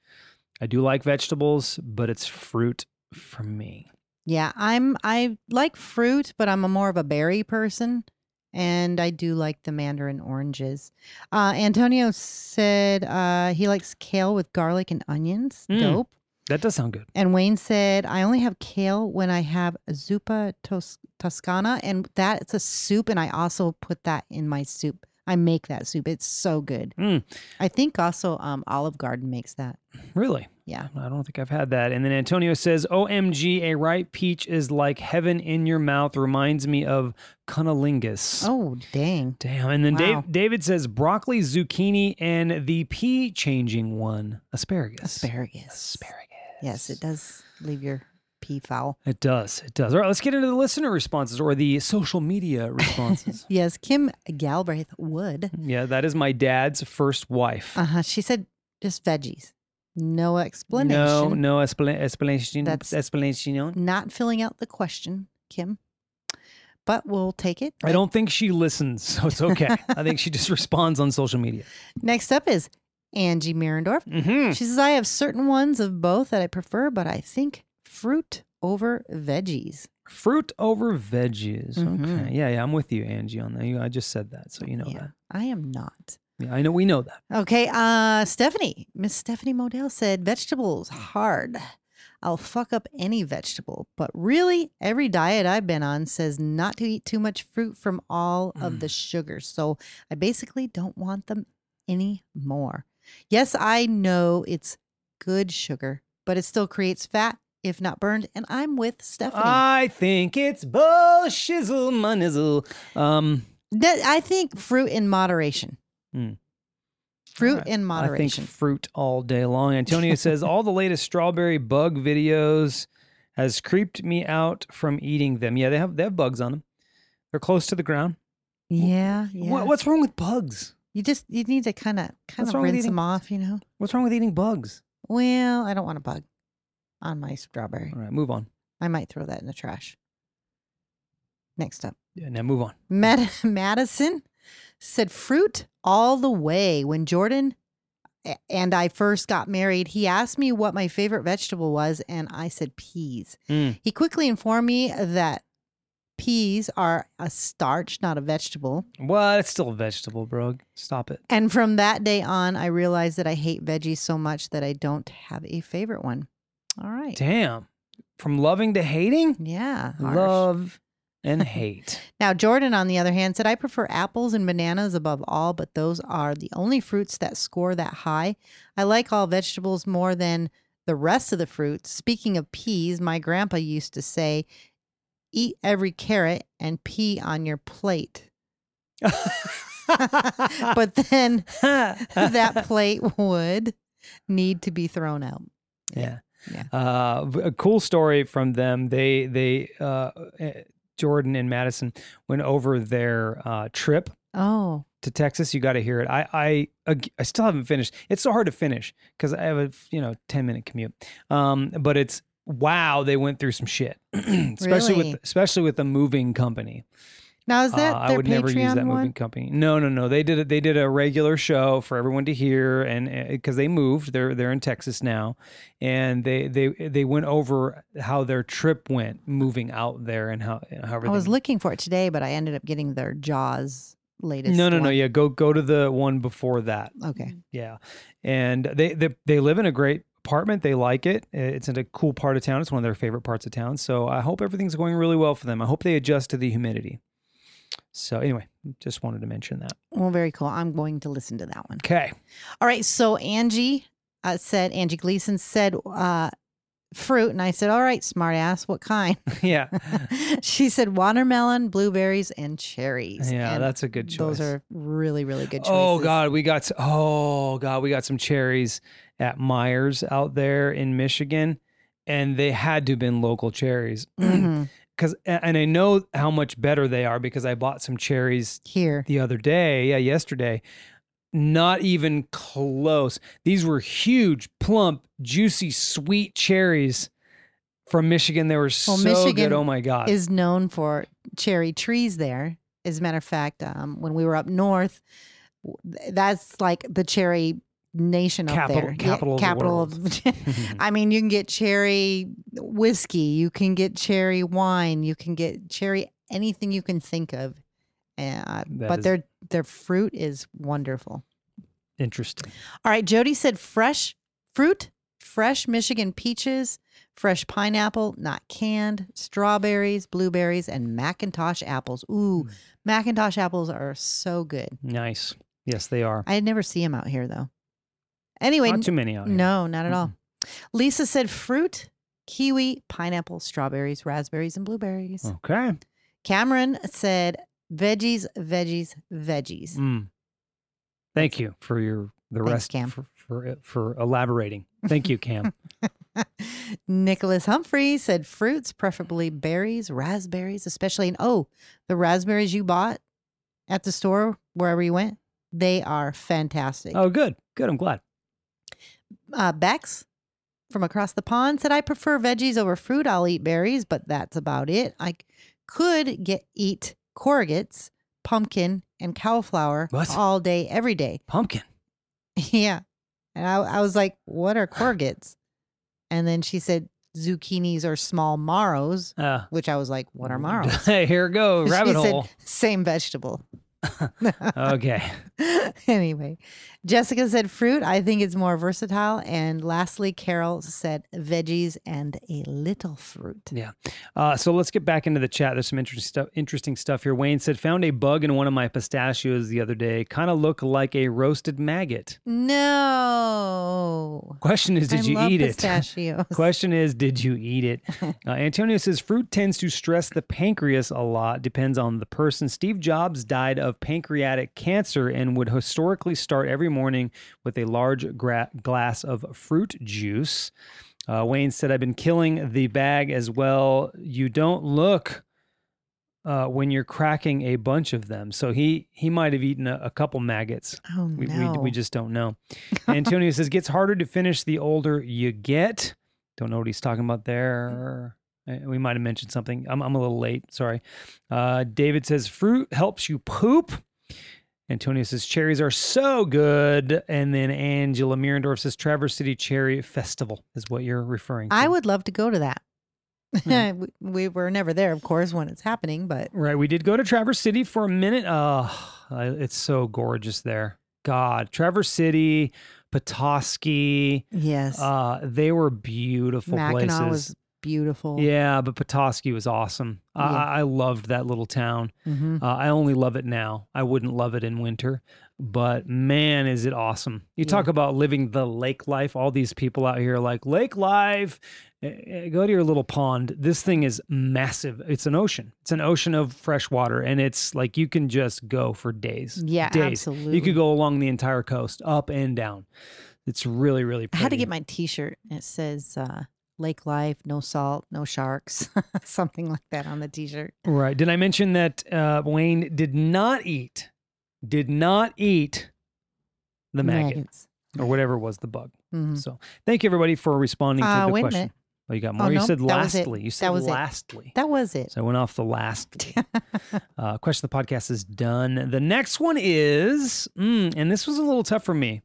Speaker 2: I do like vegetables, but it's fruit for me.
Speaker 3: Yeah, I'm I like fruit, but I'm a more of a berry person, and I do like the mandarin oranges. Uh, Antonio said uh, he likes kale with garlic and onions.
Speaker 2: Mm.
Speaker 3: Dope.
Speaker 2: That does sound good.
Speaker 3: And Wayne said, I only have kale when I have zuppa tos- toscana, and that's a soup, and I also put that in my soup. I make that soup. It's so good.
Speaker 2: Mm.
Speaker 3: I think also um, Olive Garden makes that.
Speaker 2: Really?
Speaker 3: Yeah.
Speaker 2: I don't think I've had that. And then Antonio says, OMG, a ripe peach is like heaven in your mouth. Reminds me of cunnilingus.
Speaker 3: Oh, dang.
Speaker 2: Damn. And then
Speaker 3: Wow.
Speaker 2: Dave, David says broccoli, zucchini, and the pea changing one, asparagus.
Speaker 3: Asparagus.
Speaker 2: Asparagus.
Speaker 3: Yes, it does leave your pee foul.
Speaker 2: It does. It does. All right, let's get into the listener responses or the social media responses.
Speaker 3: Yes, Kim Galbraith would.
Speaker 2: yeah, that is my dad's first wife.
Speaker 3: Uh huh. She said just veggies. No explanation.
Speaker 2: Uh-huh. No, no expla- explanation.
Speaker 3: That's-
Speaker 2: explanation.
Speaker 3: Not filling out the question, Kim. But we'll take it.
Speaker 2: I don't think she listens, so it's okay. I think she just responds on social media.
Speaker 3: Next up is Angie Mirendorf.
Speaker 2: hmm
Speaker 3: She says, I have certain ones of both that I prefer, but I think fruit over veggies.
Speaker 2: Fruit over veggies.
Speaker 3: Mhm.
Speaker 2: Okay. Yeah, yeah. I'm with you, Angie, on that. You- I just said that, so you know
Speaker 3: Yeah.
Speaker 2: that.
Speaker 3: I am not.
Speaker 2: Yeah, I know. We know that.
Speaker 3: Okay, uh Stephanie, Miss Stephanie Modell said vegetables hard. I'll fuck up any vegetable, but really every diet I've been on says not to eat too much fruit from all of the
Speaker 2: Mm.
Speaker 3: sugar. So I basically don't want them anymore. Yes, I know it's good sugar, but it still creates fat if not burned, and I'm with Stephanie.
Speaker 2: I think it's bullshizzle, munizzle. Um,
Speaker 3: That- I think fruit in moderation.
Speaker 2: Mm.
Speaker 3: Fruit
Speaker 2: Alright.
Speaker 3: in moderation.
Speaker 2: I think fruit all day long. Antonio says all the latest strawberry bug videos has creeped me out from eating them. Yeah, they have they have bugs on them. They're close to the ground.
Speaker 3: yeah, yeah.
Speaker 2: What, what's wrong with bugs?
Speaker 3: You just you need to kind of kind
Speaker 2: What's
Speaker 3: of
Speaker 2: wrong with
Speaker 3: rinse
Speaker 2: eating-
Speaker 3: them off, you know.
Speaker 2: What's wrong with eating bugs?
Speaker 3: Well, I don't want a bug on my strawberry.
Speaker 2: All right, move on.
Speaker 3: I might throw that in the trash. Next up,
Speaker 2: Yeah, now move on.
Speaker 3: Mad- Madison said fruit all the way. When Jordan a- and I first got married, he asked me what my favorite vegetable was, and I said peas.
Speaker 2: Mm.
Speaker 3: He quickly informed me that peas are a starch, not a vegetable.
Speaker 2: What? It's still a vegetable, bro. Stop it.
Speaker 3: And from that day on, I realized that I hate veggies so much that I don't have a favorite one. All right.
Speaker 2: Damn. From loving to hating.
Speaker 3: Yeah. harsh.
Speaker 2: Love and hate.
Speaker 3: Now, Jordan, on the other hand, said, I prefer apples and bananas above all, but those are the only fruits that score that high. I like all vegetables more than the rest of the fruits. Speaking of peas, my grandpa used to say, Eat every carrot and pea on your plate.
Speaker 2: Ah.
Speaker 3: But then that plate would need to be thrown out.
Speaker 2: yeah.
Speaker 3: Yeah.
Speaker 2: Uh, v- a cool story from them. They they uh, eh, Jordan and Madison went over their uh, trip
Speaker 3: Oh,
Speaker 2: to Texas. You got to hear it. I I ag- I still haven't finished. It's so hard to finish because I have a you know ten minute commute. Um, but it's wow they went through some shit, especially
Speaker 3: Really?
Speaker 2: with especially with the moving company.
Speaker 3: now is that
Speaker 2: Uh,
Speaker 3: their
Speaker 2: I would
Speaker 3: Patreon
Speaker 2: never use that
Speaker 3: one?
Speaker 2: moving company. No, no, no. They did it. They did a regular show for everyone to hear, and because they moved, they're they're in Texas now, and they they they went over how their trip went moving out there and how how everything.
Speaker 3: I was looking for it today, but I ended up getting their Jaws latest.
Speaker 2: no, no, no.
Speaker 3: one.
Speaker 2: Yeah, go go to the one before that.
Speaker 3: Okay.
Speaker 2: Yeah, and they they they live in a great apartment. They like it. Eh, It's in a cool part of town. It's one of their favorite parts of town. So I hope everything's going really well for them. I hope they adjust to the humidity. So anyway, just wanted to mention that.
Speaker 3: Well, very cool. I'm going to listen to that one.
Speaker 2: Okay.
Speaker 3: All right. So Angie uh, said, Angie Gleason said, uh, fruit. And I said, all right, smart ass, what kind?
Speaker 2: yeah.
Speaker 3: she said, watermelon, blueberries, and cherries.
Speaker 2: Yeah,
Speaker 3: And
Speaker 2: that's a good choice.
Speaker 3: Those are really, really good choices.
Speaker 2: Oh God, we got s- oh God, we got some cherries at Myers out there in Michigan, and they had to have been local cherries
Speaker 3: Mhm.
Speaker 2: because and I know how much better they are because I bought some cherries
Speaker 3: Here.
Speaker 2: the other day, yeah, yesterday. Not even close. These were huge, plump, juicy, sweet cherries from Michigan. They were so good.
Speaker 3: Michigan
Speaker 2: Oh my God.
Speaker 3: is known for cherry trees there. As a matter of fact, um, when we were up north, w- th- that's like the cherry nation
Speaker 2: Capital-
Speaker 3: up there.
Speaker 2: capital of the
Speaker 3: capital of. I mean, you can get cherry whiskey, you can get cherry wine, you can get cherry anything you can think of. Uh,
Speaker 2: That
Speaker 3: but
Speaker 2: is-
Speaker 3: their their fruit is wonderful.
Speaker 2: Interesting.
Speaker 3: All right, Jody said fresh fruit, fresh Michigan peaches, fresh pineapple, not canned, strawberries, blueberries, and Macintosh apples.
Speaker 2: Hmm.
Speaker 3: Ooh, Macintosh apples are so good.
Speaker 2: Nice. Yes, they are.
Speaker 3: I never see them out here though. Anyway,
Speaker 2: Not too many out here.
Speaker 3: no, not at all. Lisa said fruit, kiwi, pineapple, strawberries, raspberries, and blueberries.
Speaker 2: Okay.
Speaker 3: Cameron said veggies, veggies, veggies.
Speaker 2: Mm. Thank you for your the
Speaker 3: Thanks,
Speaker 2: rest
Speaker 3: Cam.
Speaker 2: For, for uh, for elaborating. Thank you, Cam.
Speaker 3: Nicholas Humphrey said fruits, preferably berries, raspberries, especially. And oh, the raspberries you bought at the store, wherever you went, they are fantastic.
Speaker 2: oh, good, good. I'm glad.
Speaker 3: Uh, Bex from across the pond said, I prefer veggies over fruit. I'll eat berries, but that's about it. I c- could get eat corrugates, pumpkin, and cauliflower
Speaker 2: What?
Speaker 3: all day, every day.
Speaker 2: Pumpkin.
Speaker 3: Yeah. And I, I was like, what are corrugates? And then she said, zucchinis are small marrows,
Speaker 2: Uh,
Speaker 3: which I was like, what are marrows?
Speaker 2: here go
Speaker 3: She
Speaker 2: rabbit
Speaker 3: said,
Speaker 2: hole.
Speaker 3: Same vegetable.
Speaker 2: Okay.
Speaker 3: anyway, Jessica said fruit. I think it's more versatile. And lastly, Carol said veggies and a little fruit.
Speaker 2: Yeah. Uh, so let's get back into the chat. There's some interesting stuff. Interesting stuff here. Wayne said found a bug in one of my pistachios the other day. Kind of looked like a roasted maggot.
Speaker 3: No.
Speaker 2: Question is, did
Speaker 3: I
Speaker 2: you
Speaker 3: love
Speaker 2: eat it?
Speaker 3: pistachios.
Speaker 2: Question is, did you eat it? Uh, Antonio says fruit tends to stress the pancreas a lot. Depends on the person. Steve Jobs died of pancreatic cancer and would historically start every morning with a large gra- glass of fruit juice. Uh, Wayne said, "I've been killing the bag as well. You don't look." Uh, when you're cracking a bunch of them, so he he might have eaten a, a couple maggots.
Speaker 3: Oh,
Speaker 2: We,
Speaker 3: no.
Speaker 2: we, we just don't know. Antonio says, gets harder to finish the older you get. Don't know what he's talking about there. Uh, We might have mentioned something. I'm, I'm a little late. Sorry. Uh, David says, fruit helps you poop. Antonio says, cherries are so good. And then Angela Mierendorf says, Traverse City Cherry Festival is what you're referring to.
Speaker 3: I would love to go to that.
Speaker 2: Yeah.
Speaker 3: we, we were never there, of course, when it's happening, but
Speaker 2: Right. We did go to Traverse City for a minute. Oh, it's so gorgeous there. God, Traverse City, Petoskey.
Speaker 3: yes.
Speaker 2: Uh, they were beautiful
Speaker 3: Mackinac
Speaker 2: places.
Speaker 3: was beautiful.
Speaker 2: Yeah, but Petoskey was awesome. I
Speaker 3: Yeah.
Speaker 2: I, I loved that little town.
Speaker 3: Mhm.
Speaker 2: Uh, I only love it now. I wouldn't love it in winter, but man, is it awesome. You
Speaker 3: Yeah.
Speaker 2: talk about living the lake life. All these people out here are like, lake life, Eh, eh, go to your little pond. This thing is massive. It's an ocean, it's an ocean of fresh water. And it's like you can just go for days.
Speaker 3: Yeah,
Speaker 2: days.
Speaker 3: absolutely.
Speaker 2: You could go along the entire coast, up and down. It's really, really
Speaker 3: I
Speaker 2: pretty.
Speaker 3: had to get my T-shirt. and It says uh, "Lake Life, No Salt, No Sharks," something like that on the T-shirt.
Speaker 2: Right. Did I mention that uh, Wayne did not eat, did not eat the maggot or whatever was the bug?
Speaker 3: Mhm.
Speaker 2: So thank you everybody for responding to
Speaker 3: Uh,
Speaker 2: the
Speaker 3: wait a
Speaker 2: question.
Speaker 3: minute.
Speaker 2: Oh, you got
Speaker 3: Oh,
Speaker 2: more. you
Speaker 3: no,
Speaker 2: said
Speaker 3: that was it.
Speaker 2: lastly. You said
Speaker 3: That was it.
Speaker 2: lastly.
Speaker 3: That was it.
Speaker 2: So I went off the last. uh, question of the podcast is done. The next one is, mm, and this was a little tough for me.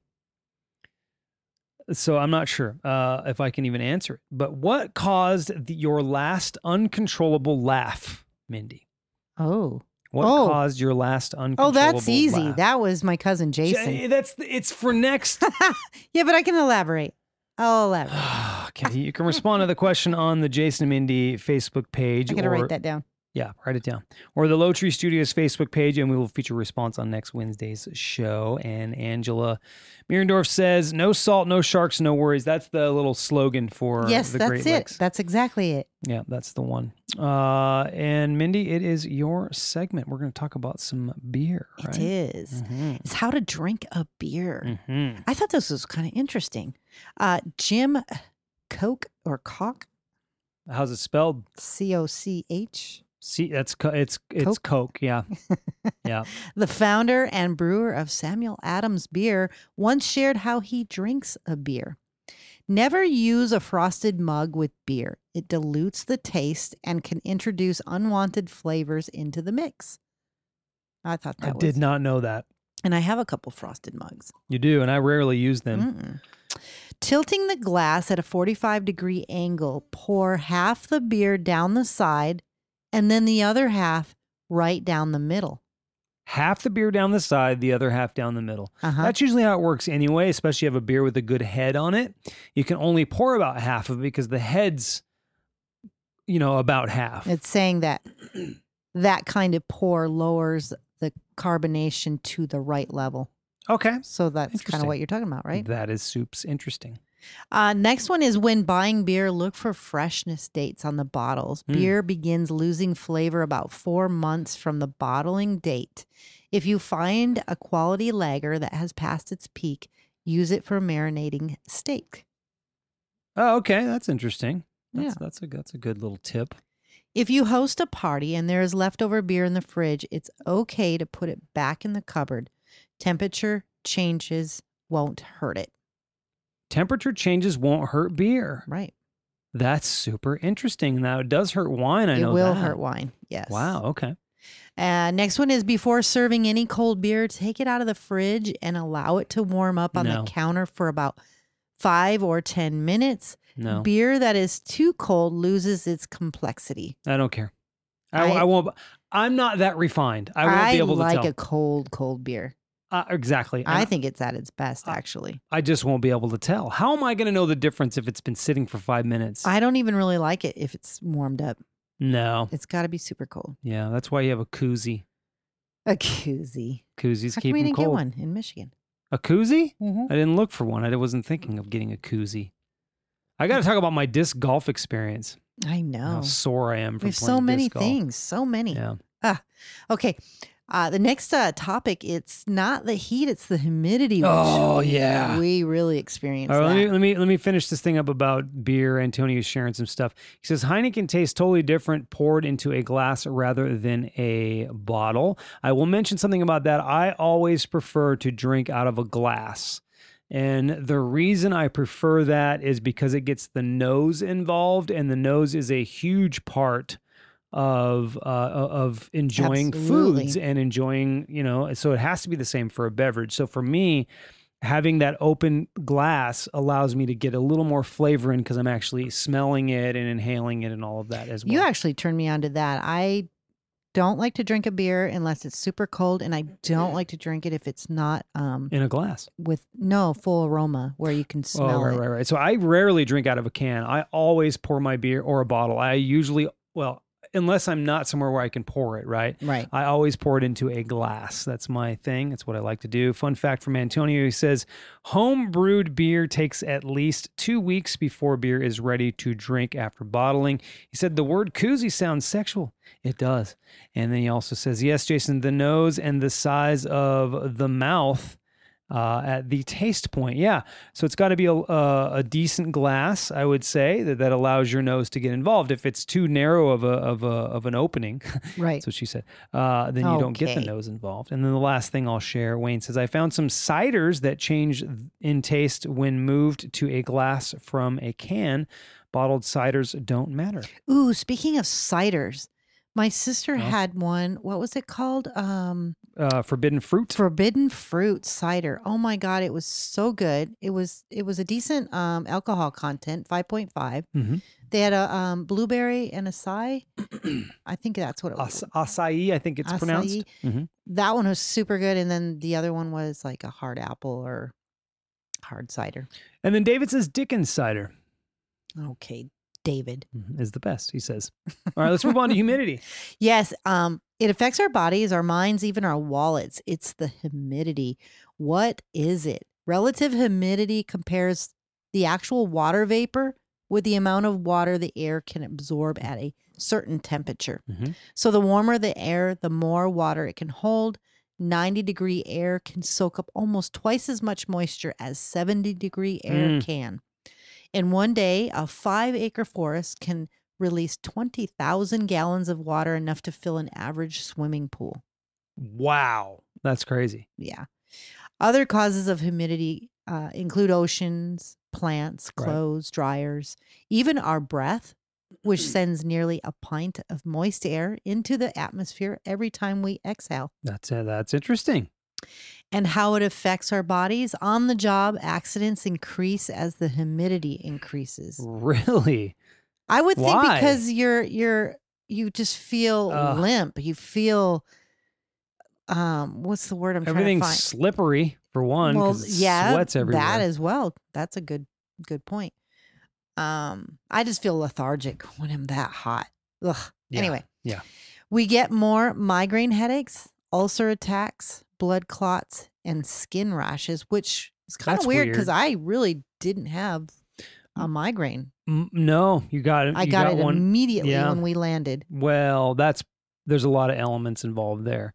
Speaker 2: So I'm not sure uh, if I can even answer it. But what caused the, your last uncontrollable laugh, Mindy?
Speaker 3: oh,
Speaker 2: What
Speaker 3: Oh.
Speaker 2: caused your last uncontrollable?
Speaker 3: oh, that's easy.
Speaker 2: laugh?
Speaker 3: That was my cousin Jason.
Speaker 2: J- that's it's for next
Speaker 3: yeah, but I can elaborate. I'll elaborate.
Speaker 2: okay, you can respond to the question on the Jason and Mindy Facebook page.
Speaker 3: I gotta
Speaker 2: or-
Speaker 3: write that down.
Speaker 2: Yeah, write it down. Or the Low Tree Studios Facebook page, and we will feature a response on next Wednesday's show. And Angela Mierendorf says, "No salt, no sharks, no worries." That's the little slogan for
Speaker 3: Yes,
Speaker 2: the
Speaker 3: that's
Speaker 2: Great
Speaker 3: it.
Speaker 2: Lakes.
Speaker 3: That's exactly it.
Speaker 2: Yeah, that's the one. Uh, and Mindy, it is your segment. We're going to talk about some beer. Right? Mm.
Speaker 3: It is. It's how to drink a beer.
Speaker 2: Mm-hmm.
Speaker 3: I thought this was kind of interesting. Uh, Jim Coke or Cock,
Speaker 2: How's it spelled?
Speaker 3: C O C H,
Speaker 2: See, that's co- it's it's Coke.
Speaker 3: Coke.
Speaker 2: Yeah, yeah.
Speaker 3: the founder and brewer of Samuel Adams Beer, once shared how he drinks a beer. Never use a frosted mug with beer. It dilutes the taste and can introduce unwanted flavors into the mix. I thought that
Speaker 2: I
Speaker 3: was,
Speaker 2: did not know that.
Speaker 3: and I have a couple frosted mugs.
Speaker 2: You do, and I rarely use them.
Speaker 3: Mm-mm. Tilting the glass at a 45 degree angle, pour half the beer down the side and then the other half right down the middle.
Speaker 2: Half the beer down the side, the other half down the middle.
Speaker 3: Uh-huh.
Speaker 2: That's usually how it works anyway, especially if you have a beer with a good head on it. You can only pour about half of it because the head's, you know, about half.
Speaker 3: it's saying that that kind of pour lowers the carbonation to the right level.
Speaker 2: okay.
Speaker 3: So that's kind
Speaker 2: Interesting.
Speaker 3: of what you're talking about, right?
Speaker 2: That is soups. Interesting.
Speaker 3: Uh, next one is when buying beer, look for freshness dates on the bottles.
Speaker 2: Hmm.
Speaker 3: Beer begins losing flavor about four months from the bottling date. If you find a quality lager that has passed its peak, use it for marinating steak.
Speaker 2: Oh, okay. That's interesting. That's,
Speaker 3: Yeah.
Speaker 2: that's a that's a good little tip.
Speaker 3: If you host a party and there is leftover beer in the fridge, it's okay to put it back in the cupboard. Temperature changes won't hurt it.
Speaker 2: Temperature changes won't hurt beer.
Speaker 3: Right.
Speaker 2: That's super interesting. Now it does hurt wine. I
Speaker 3: it
Speaker 2: know
Speaker 3: will
Speaker 2: that.
Speaker 3: hurt wine. Yes.
Speaker 2: Wow. Okay.
Speaker 3: Uh, next one is before serving any cold beer, take it out of the fridge and allow it to warm up on
Speaker 2: No.
Speaker 3: the counter for about five or 10 minutes.
Speaker 2: No,
Speaker 3: Beer that is too cold loses its complexity.
Speaker 2: I don't care. I, I,
Speaker 3: I-
Speaker 2: won't. I'm not that refined. I won't be able to
Speaker 3: like
Speaker 2: tell.
Speaker 3: a cold, cold beer.
Speaker 2: uh, exactly.
Speaker 3: I
Speaker 2: And
Speaker 3: think it's at its best,
Speaker 2: I-
Speaker 3: actually.
Speaker 2: I just won't be able to tell. How am I going to know the difference if it's been sitting for five minutes?
Speaker 3: I don't even really like it if it's warmed up.
Speaker 2: no.
Speaker 3: It's got to be super cold.
Speaker 2: Yeah, that's why you have a koozie.
Speaker 3: A koozie.
Speaker 2: Koozies
Speaker 3: How
Speaker 2: keep
Speaker 3: come we
Speaker 2: them
Speaker 3: didn't
Speaker 2: cold.
Speaker 3: get one in Michigan?
Speaker 2: A koozie?
Speaker 3: Mm-hmm.
Speaker 2: I didn't look for one. I wasn't thinking of getting a koozie. I got to talk about my disc golf experience.
Speaker 3: I
Speaker 2: and How
Speaker 3: know.
Speaker 2: sore I am from
Speaker 3: Oh. We have
Speaker 2: playing
Speaker 3: so many
Speaker 2: disc golf.
Speaker 3: things, so many.
Speaker 2: Yeah.
Speaker 3: Okay. Uh, the next uh, topic, it's not the heat, it's the humidity. which
Speaker 2: Oh, yeah.
Speaker 3: We really experience
Speaker 2: All right, let me,
Speaker 3: that.
Speaker 2: let me let me finish this thing up about beer. Antonio's sharing some stuff. He says Heineken tastes totally different poured into a glass rather than a bottle. I will mention something about that. I always prefer to drink out of a glass. And the reason I prefer that is because it gets the nose involved, and the nose is a huge part of uh, of enjoying
Speaker 3: Absolutely.
Speaker 2: foods and enjoying you know. So it has to be the same for a beverage. So for me, having that open glass allows me to get a little more flavor in because I'm actually smelling it and inhaling it and all of that as well.
Speaker 3: You actually turned me on to that. I don't like to drink a beer unless it's super cold, and I don't like to drink it if it's not um,
Speaker 2: in a glass.
Speaker 3: with no full aroma where you can smell
Speaker 2: oh, right,
Speaker 3: it.
Speaker 2: right, right. So I rarely drink out of a can. I always pour my beer or a bottle. I usually, well, unless I'm not somewhere where I can pour it, right?
Speaker 3: Right.
Speaker 2: I always pour it into a glass. That's my thing. That's what I like to do. Fun fact from Antonio he says home brewed beer takes at least two weeks before beer is ready to drink after bottling. He said the word koozie sounds sexual. It does. And then he also says, yes, Jason, the nose and the size of the mouth. Uh, at the taste point, yeah. So it's got to be a, a, a decent glass, I would say, that, that allows your nose to get involved. If it's too narrow of a of a of an opening,
Speaker 3: Right.
Speaker 2: That's what she said. Uh, then you don't get the
Speaker 3: Okay.
Speaker 2: nose involved. And then the last thing I'll share Wayne says, I found some ciders that change in taste when moved to a glass from a can. Bottled ciders don't matter.
Speaker 3: Ooh, speaking of ciders, my sister
Speaker 2: Yeah.
Speaker 3: had one. What was it called? Um,
Speaker 2: Uh, forbidden fruit.
Speaker 3: forbidden fruit cider. Oh my god, it was so good. It was it was a decent um, alcohol content, five point five.
Speaker 2: Mhm.
Speaker 3: They had a um, blueberry and acai. I think that's what it was.
Speaker 2: As- acai, I think it's pronounced.
Speaker 3: Acai.
Speaker 2: Mhm.
Speaker 3: That one was super good, and then the other one was like a hard apple or hard cider.
Speaker 2: And then David says Dickens cider mm-hmm,
Speaker 3: Okay, David.
Speaker 2: is the best, he says. All right, let's move on to humidity.
Speaker 3: Yes, um, it affects our bodies, our minds, even our wallets. It's the humidity. What is it? Relative humidity compares the actual water vapor with the amount of water the air can absorb at a certain temperature.
Speaker 2: Mhm.
Speaker 3: So the warmer the air, the more water it can hold. 90 degree air can soak up almost twice as much moisture as 70 degree air
Speaker 2: Mm.
Speaker 3: can. In one day, a five acre forest can release 20,000 gallons of water, enough to fill an average swimming pool.
Speaker 2: Wow. That's crazy.
Speaker 3: Yeah. Other causes of humidity uh, include oceans, plants,
Speaker 2: Right.
Speaker 3: clothes, dryers, even our breath, which
Speaker 2: Mm-hmm.
Speaker 3: sends nearly a pint of moist air into the atmosphere every time we exhale.
Speaker 2: That's uh, that's interesting.
Speaker 3: And how it affects our bodies on the job, accidents increase as the humidity increases.
Speaker 2: Really?
Speaker 3: I would
Speaker 2: Why?
Speaker 3: think because you're you're you just feel
Speaker 2: Ugh.
Speaker 3: limp. You feel um what's the word I'm
Speaker 2: Everything's
Speaker 3: trying to find?
Speaker 2: slippery for one. 'cause it sweats everywhere.
Speaker 3: That as well. That's a good good point. Um I just feel lethargic when I'm that hot. Ugh.
Speaker 2: Yeah,
Speaker 3: Anyway.
Speaker 2: yeah.
Speaker 3: We get more migraine headaches, ulcer attacks, blood clots, and skin rashes, which is kind
Speaker 2: That's
Speaker 3: of weird because
Speaker 2: weird.
Speaker 3: I really didn't have a migraine.
Speaker 2: Mm, No, you got it.
Speaker 3: I
Speaker 2: you
Speaker 3: got, it
Speaker 2: one.
Speaker 3: immediately
Speaker 2: yeah.
Speaker 3: when we landed.
Speaker 2: Well, that's there's a lot of elements involved there,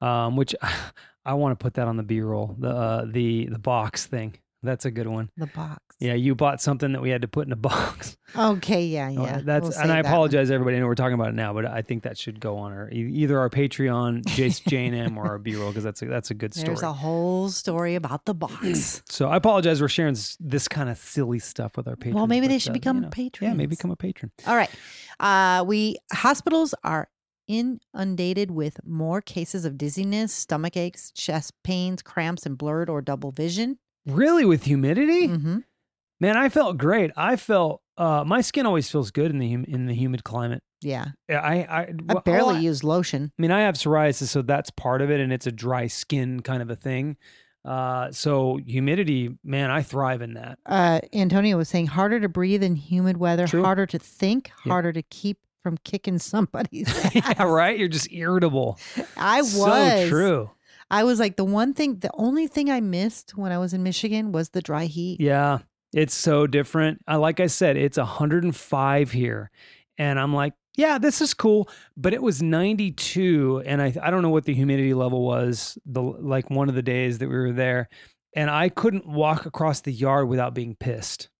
Speaker 2: um, which I want to put that on the B-roll, the uh, the the box thing. That's a good one.
Speaker 3: The box.
Speaker 2: Yeah, you bought something that we had to put in a box.
Speaker 3: Okay. Yeah.
Speaker 2: Uh,
Speaker 3: Yeah.
Speaker 2: that's
Speaker 3: We'll save
Speaker 2: and I
Speaker 3: that one.
Speaker 2: apologize, everybody. I know we're talking about it now, but I think that should go on our e- either our Patreon, Jace J and M, or our B-roll because that's a, that's a good story.
Speaker 3: There's a whole story about the box.
Speaker 2: so I apologize. We're sharing s- this kind of silly stuff with our patrons.
Speaker 3: well, maybe
Speaker 2: but,
Speaker 3: they should
Speaker 2: uh, you
Speaker 3: become
Speaker 2: know,
Speaker 3: patrons.
Speaker 2: Yeah, maybe become a patron.
Speaker 3: All right. Uh, we hospitals are inundated with more cases of dizziness, stomach aches, chest pains, cramps, and blurred or double vision.
Speaker 2: Really, with humidity.
Speaker 3: hmm
Speaker 2: Man, I felt great. I felt uh, my skin always feels good in the hum- in the humid climate.
Speaker 3: Yeah.
Speaker 2: I I,
Speaker 3: I
Speaker 2: well,
Speaker 3: barely
Speaker 2: I,
Speaker 3: use lotion.
Speaker 2: I mean, I have psoriasis, so that's part of it, and it's a dry skin kind of a thing. Uh, so humidity, man, I thrive in that.
Speaker 3: Uh, Antonio was saying harder to breathe in humid weather,
Speaker 2: True.
Speaker 3: harder to think,
Speaker 2: Yeah.
Speaker 3: harder to keep from kicking somebody's ass.
Speaker 2: yeah, right. You're just irritable.
Speaker 3: I was.
Speaker 2: so true.
Speaker 3: I was like the one thing, the only thing I missed when I was in Michigan was the dry heat.
Speaker 2: Yeah, it's so different. I, like I said, it's 105 here, and I'm like, yeah, this is cool. But it was 92, and I I don't know what the humidity level was. The like one of the days that we were there, and I couldn't walk across the yard without being pissed.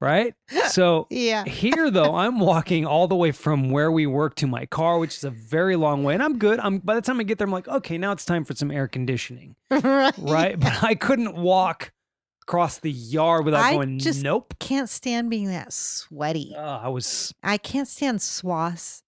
Speaker 2: Right. So.
Speaker 3: yeah.
Speaker 2: Here though, I'm walking all the way from where we work to my car, which is a very long way, and I'm good. I'm by the time I get there, I'm like, okay, now it's time for some air conditioning.
Speaker 3: right.
Speaker 2: right? But I couldn't walk across the yard without
Speaker 3: I
Speaker 2: going,
Speaker 3: just-
Speaker 2: nope.
Speaker 3: Can't stand being that sweaty.
Speaker 2: Uh, I was,
Speaker 3: I can't stand swass.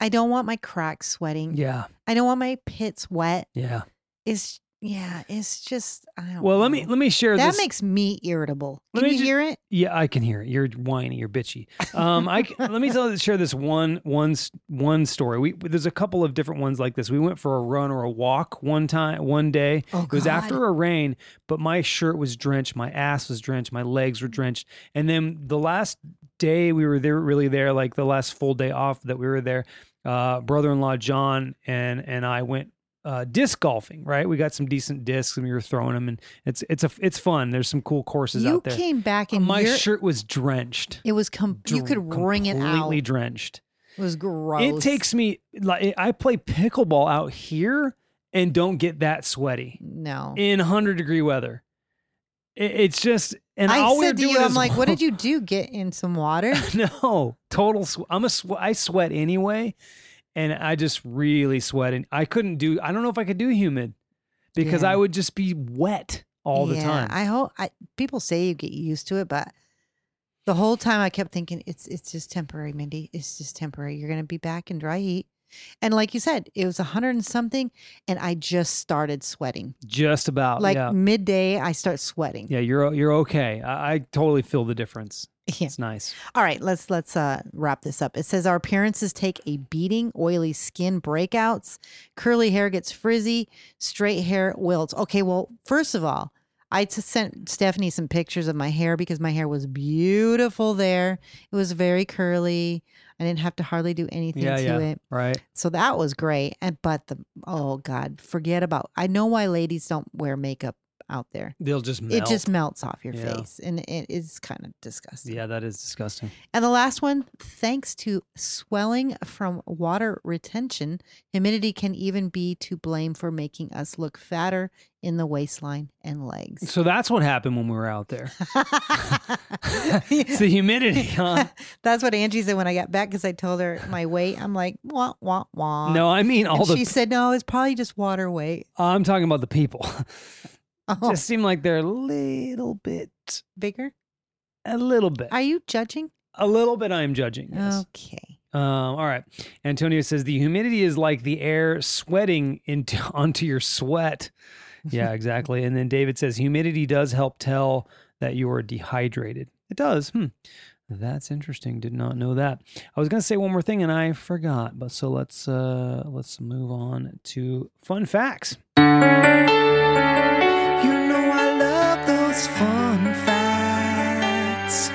Speaker 3: I don't want my cracks sweating.
Speaker 2: yeah,
Speaker 3: I don't want my pits wet.
Speaker 2: yeah.
Speaker 3: It's yeah, it's just I don't
Speaker 2: Well, let me
Speaker 3: know.
Speaker 2: let me share
Speaker 3: Oh. that
Speaker 2: this.
Speaker 3: makes me irritable.
Speaker 2: Let
Speaker 3: Can
Speaker 2: me
Speaker 3: you
Speaker 2: ju-
Speaker 3: hear it?
Speaker 2: yeah, I can hear it. You're whiny. You're bitchy. Um, I c- let me tell share this one one s- one story. We there's a couple of different ones like this. We went for a run or a walk one time one day.
Speaker 3: Oh,
Speaker 2: It was
Speaker 3: God.
Speaker 2: after a rain, but my shirt was drenched, my ass was drenched, my legs were drenched. And then the last day we were there, really there, like the last full day off that we were there, uh, brother-in-law John and and I went uh, disc golfing. Right, we got some decent discs and we were throwing them, and it's it's a it's fun. There's some cool courses
Speaker 3: you
Speaker 2: out there.
Speaker 3: came back and
Speaker 2: my
Speaker 3: your-
Speaker 2: shirt was drenched.
Speaker 3: It was com- you
Speaker 2: Dr-
Speaker 3: could wring it out.
Speaker 2: completely
Speaker 3: It
Speaker 2: drenched.
Speaker 3: was gross.
Speaker 2: It takes me like I play pickleball out here and don't get that sweaty
Speaker 3: no.
Speaker 2: in 100 degree weather. It, it's just, and
Speaker 3: I
Speaker 2: all we're
Speaker 3: said to
Speaker 2: doing
Speaker 3: you,
Speaker 2: is
Speaker 3: I'm like, what did you do? Get in some water?
Speaker 2: no, total. Sw- I'm a sw- I sweat anyway, and I just really sweat. And I couldn't do. I don't know if I could do humid because
Speaker 3: Yeah.
Speaker 2: I would just be wet all the
Speaker 3: Yeah,
Speaker 2: time.
Speaker 3: I hope I, people say you get used to it, but the whole time I kept thinking it's it's just temporary, Mindy. It's just temporary. You're gonna be back in dry heat. And like you said, it was a hundred and something, and I just started sweating.
Speaker 2: just about.
Speaker 3: like
Speaker 2: Uh, yeah,
Speaker 3: midday, I start sweating.
Speaker 2: yeah. You're o- you're okay. I, I totally feel the difference.
Speaker 3: Yeah.
Speaker 2: It's nice.
Speaker 3: All right, let's let's uh, wrap this up. It says our appearances take a beating, oily skin breakouts, curly hair gets frizzy, straight hair wilts. Okay, well, first of all, I t- sent Stephanie some pictures of my hair because my hair was beautiful there. It was very curly. I didn't have to hardly do anything
Speaker 2: Yeah,
Speaker 3: to
Speaker 2: yeah.
Speaker 3: it.
Speaker 2: Right.
Speaker 3: So that was great. And but the oh god, forget about. I know why ladies don't wear makeup out there.
Speaker 2: They'll just melt.
Speaker 3: It just melts off your
Speaker 2: Yeah.
Speaker 3: face and it is kind of disgusting.
Speaker 2: Yeah, that is disgusting.
Speaker 3: And the last one, thanks to swelling from water retention, humidity can even be to blame for making us look fatter in the waistline and legs.
Speaker 2: So that's what happened when we were out there. it's the humidity, huh?
Speaker 3: That's what Angie said when I got back because I told her my weight. I'm like, wah, wah, wah.
Speaker 2: No, I mean all
Speaker 3: And
Speaker 2: the.
Speaker 3: she said, no, it's probably just water weight.
Speaker 2: I'm talking about the people.
Speaker 3: Oh,
Speaker 2: Just seem like they're a little bit,
Speaker 3: bigger?
Speaker 2: a little bit,
Speaker 3: Are you judging?
Speaker 2: a little bit. I am judging.
Speaker 3: Oh,
Speaker 2: Yes.
Speaker 3: Okay.
Speaker 2: Um, all right. Antonio says the humidity is like the air sweating into onto your sweat. Yeah, exactly. and then David says humidity does help tell that you are dehydrated. It does. Hmm. That's interesting. Did not know that. I was going to say one more thing and I forgot. But so let's uh let's move on to fun facts.
Speaker 5: You know I love those fun facts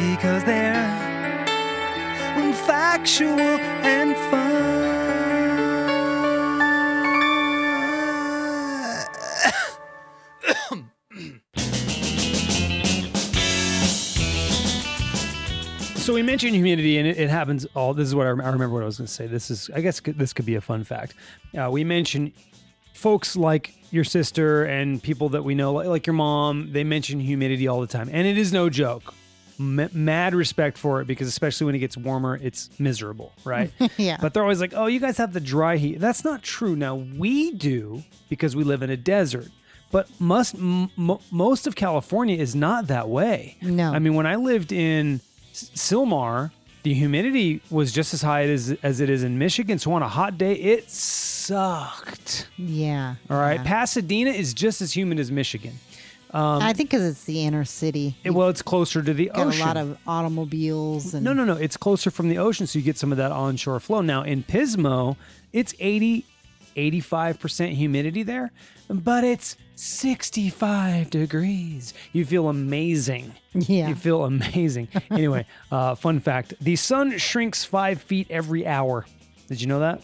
Speaker 5: because they're factual and fun.
Speaker 2: So we mentioned humidity, and it, it happens all. This is what I, rem- I remember. What I was going to say. This is, I guess, could- this could be a fun fact. Uh, we mentioned folks like your sister and people that we know, like, like your mom. They mention humidity all the time, and it is no joke. M- mad respect for it because especially when it gets warmer, it's miserable, right?
Speaker 3: Yeah.
Speaker 2: But they're always like, "Oh, you guys have the dry heat." That's not true. Now we do because we live in a desert. But must m- mo- most of California is not that way.
Speaker 3: No.
Speaker 2: I mean, when I lived in S- Silmar, the humidity was just as high as as it is in Michigan. So on a hot day, it sucked.
Speaker 3: yeah.
Speaker 2: All right,
Speaker 3: yeah.
Speaker 2: Pasadena is just as humid as Michigan.
Speaker 3: I think because it's the inner city.
Speaker 2: It, well, it's closer to the
Speaker 3: got
Speaker 2: ocean.
Speaker 3: a lot of automobiles and
Speaker 2: No, no, no. It's closer from the ocean, so you get some of that onshore flow. Now, in Pismo, it's 80, 85% humidity there, but it's 65 degrees. You feel amazing.
Speaker 3: Yeah.
Speaker 2: You feel amazing. anyway, uh, fun fact the sun shrinks five feet every hour. Did you know that?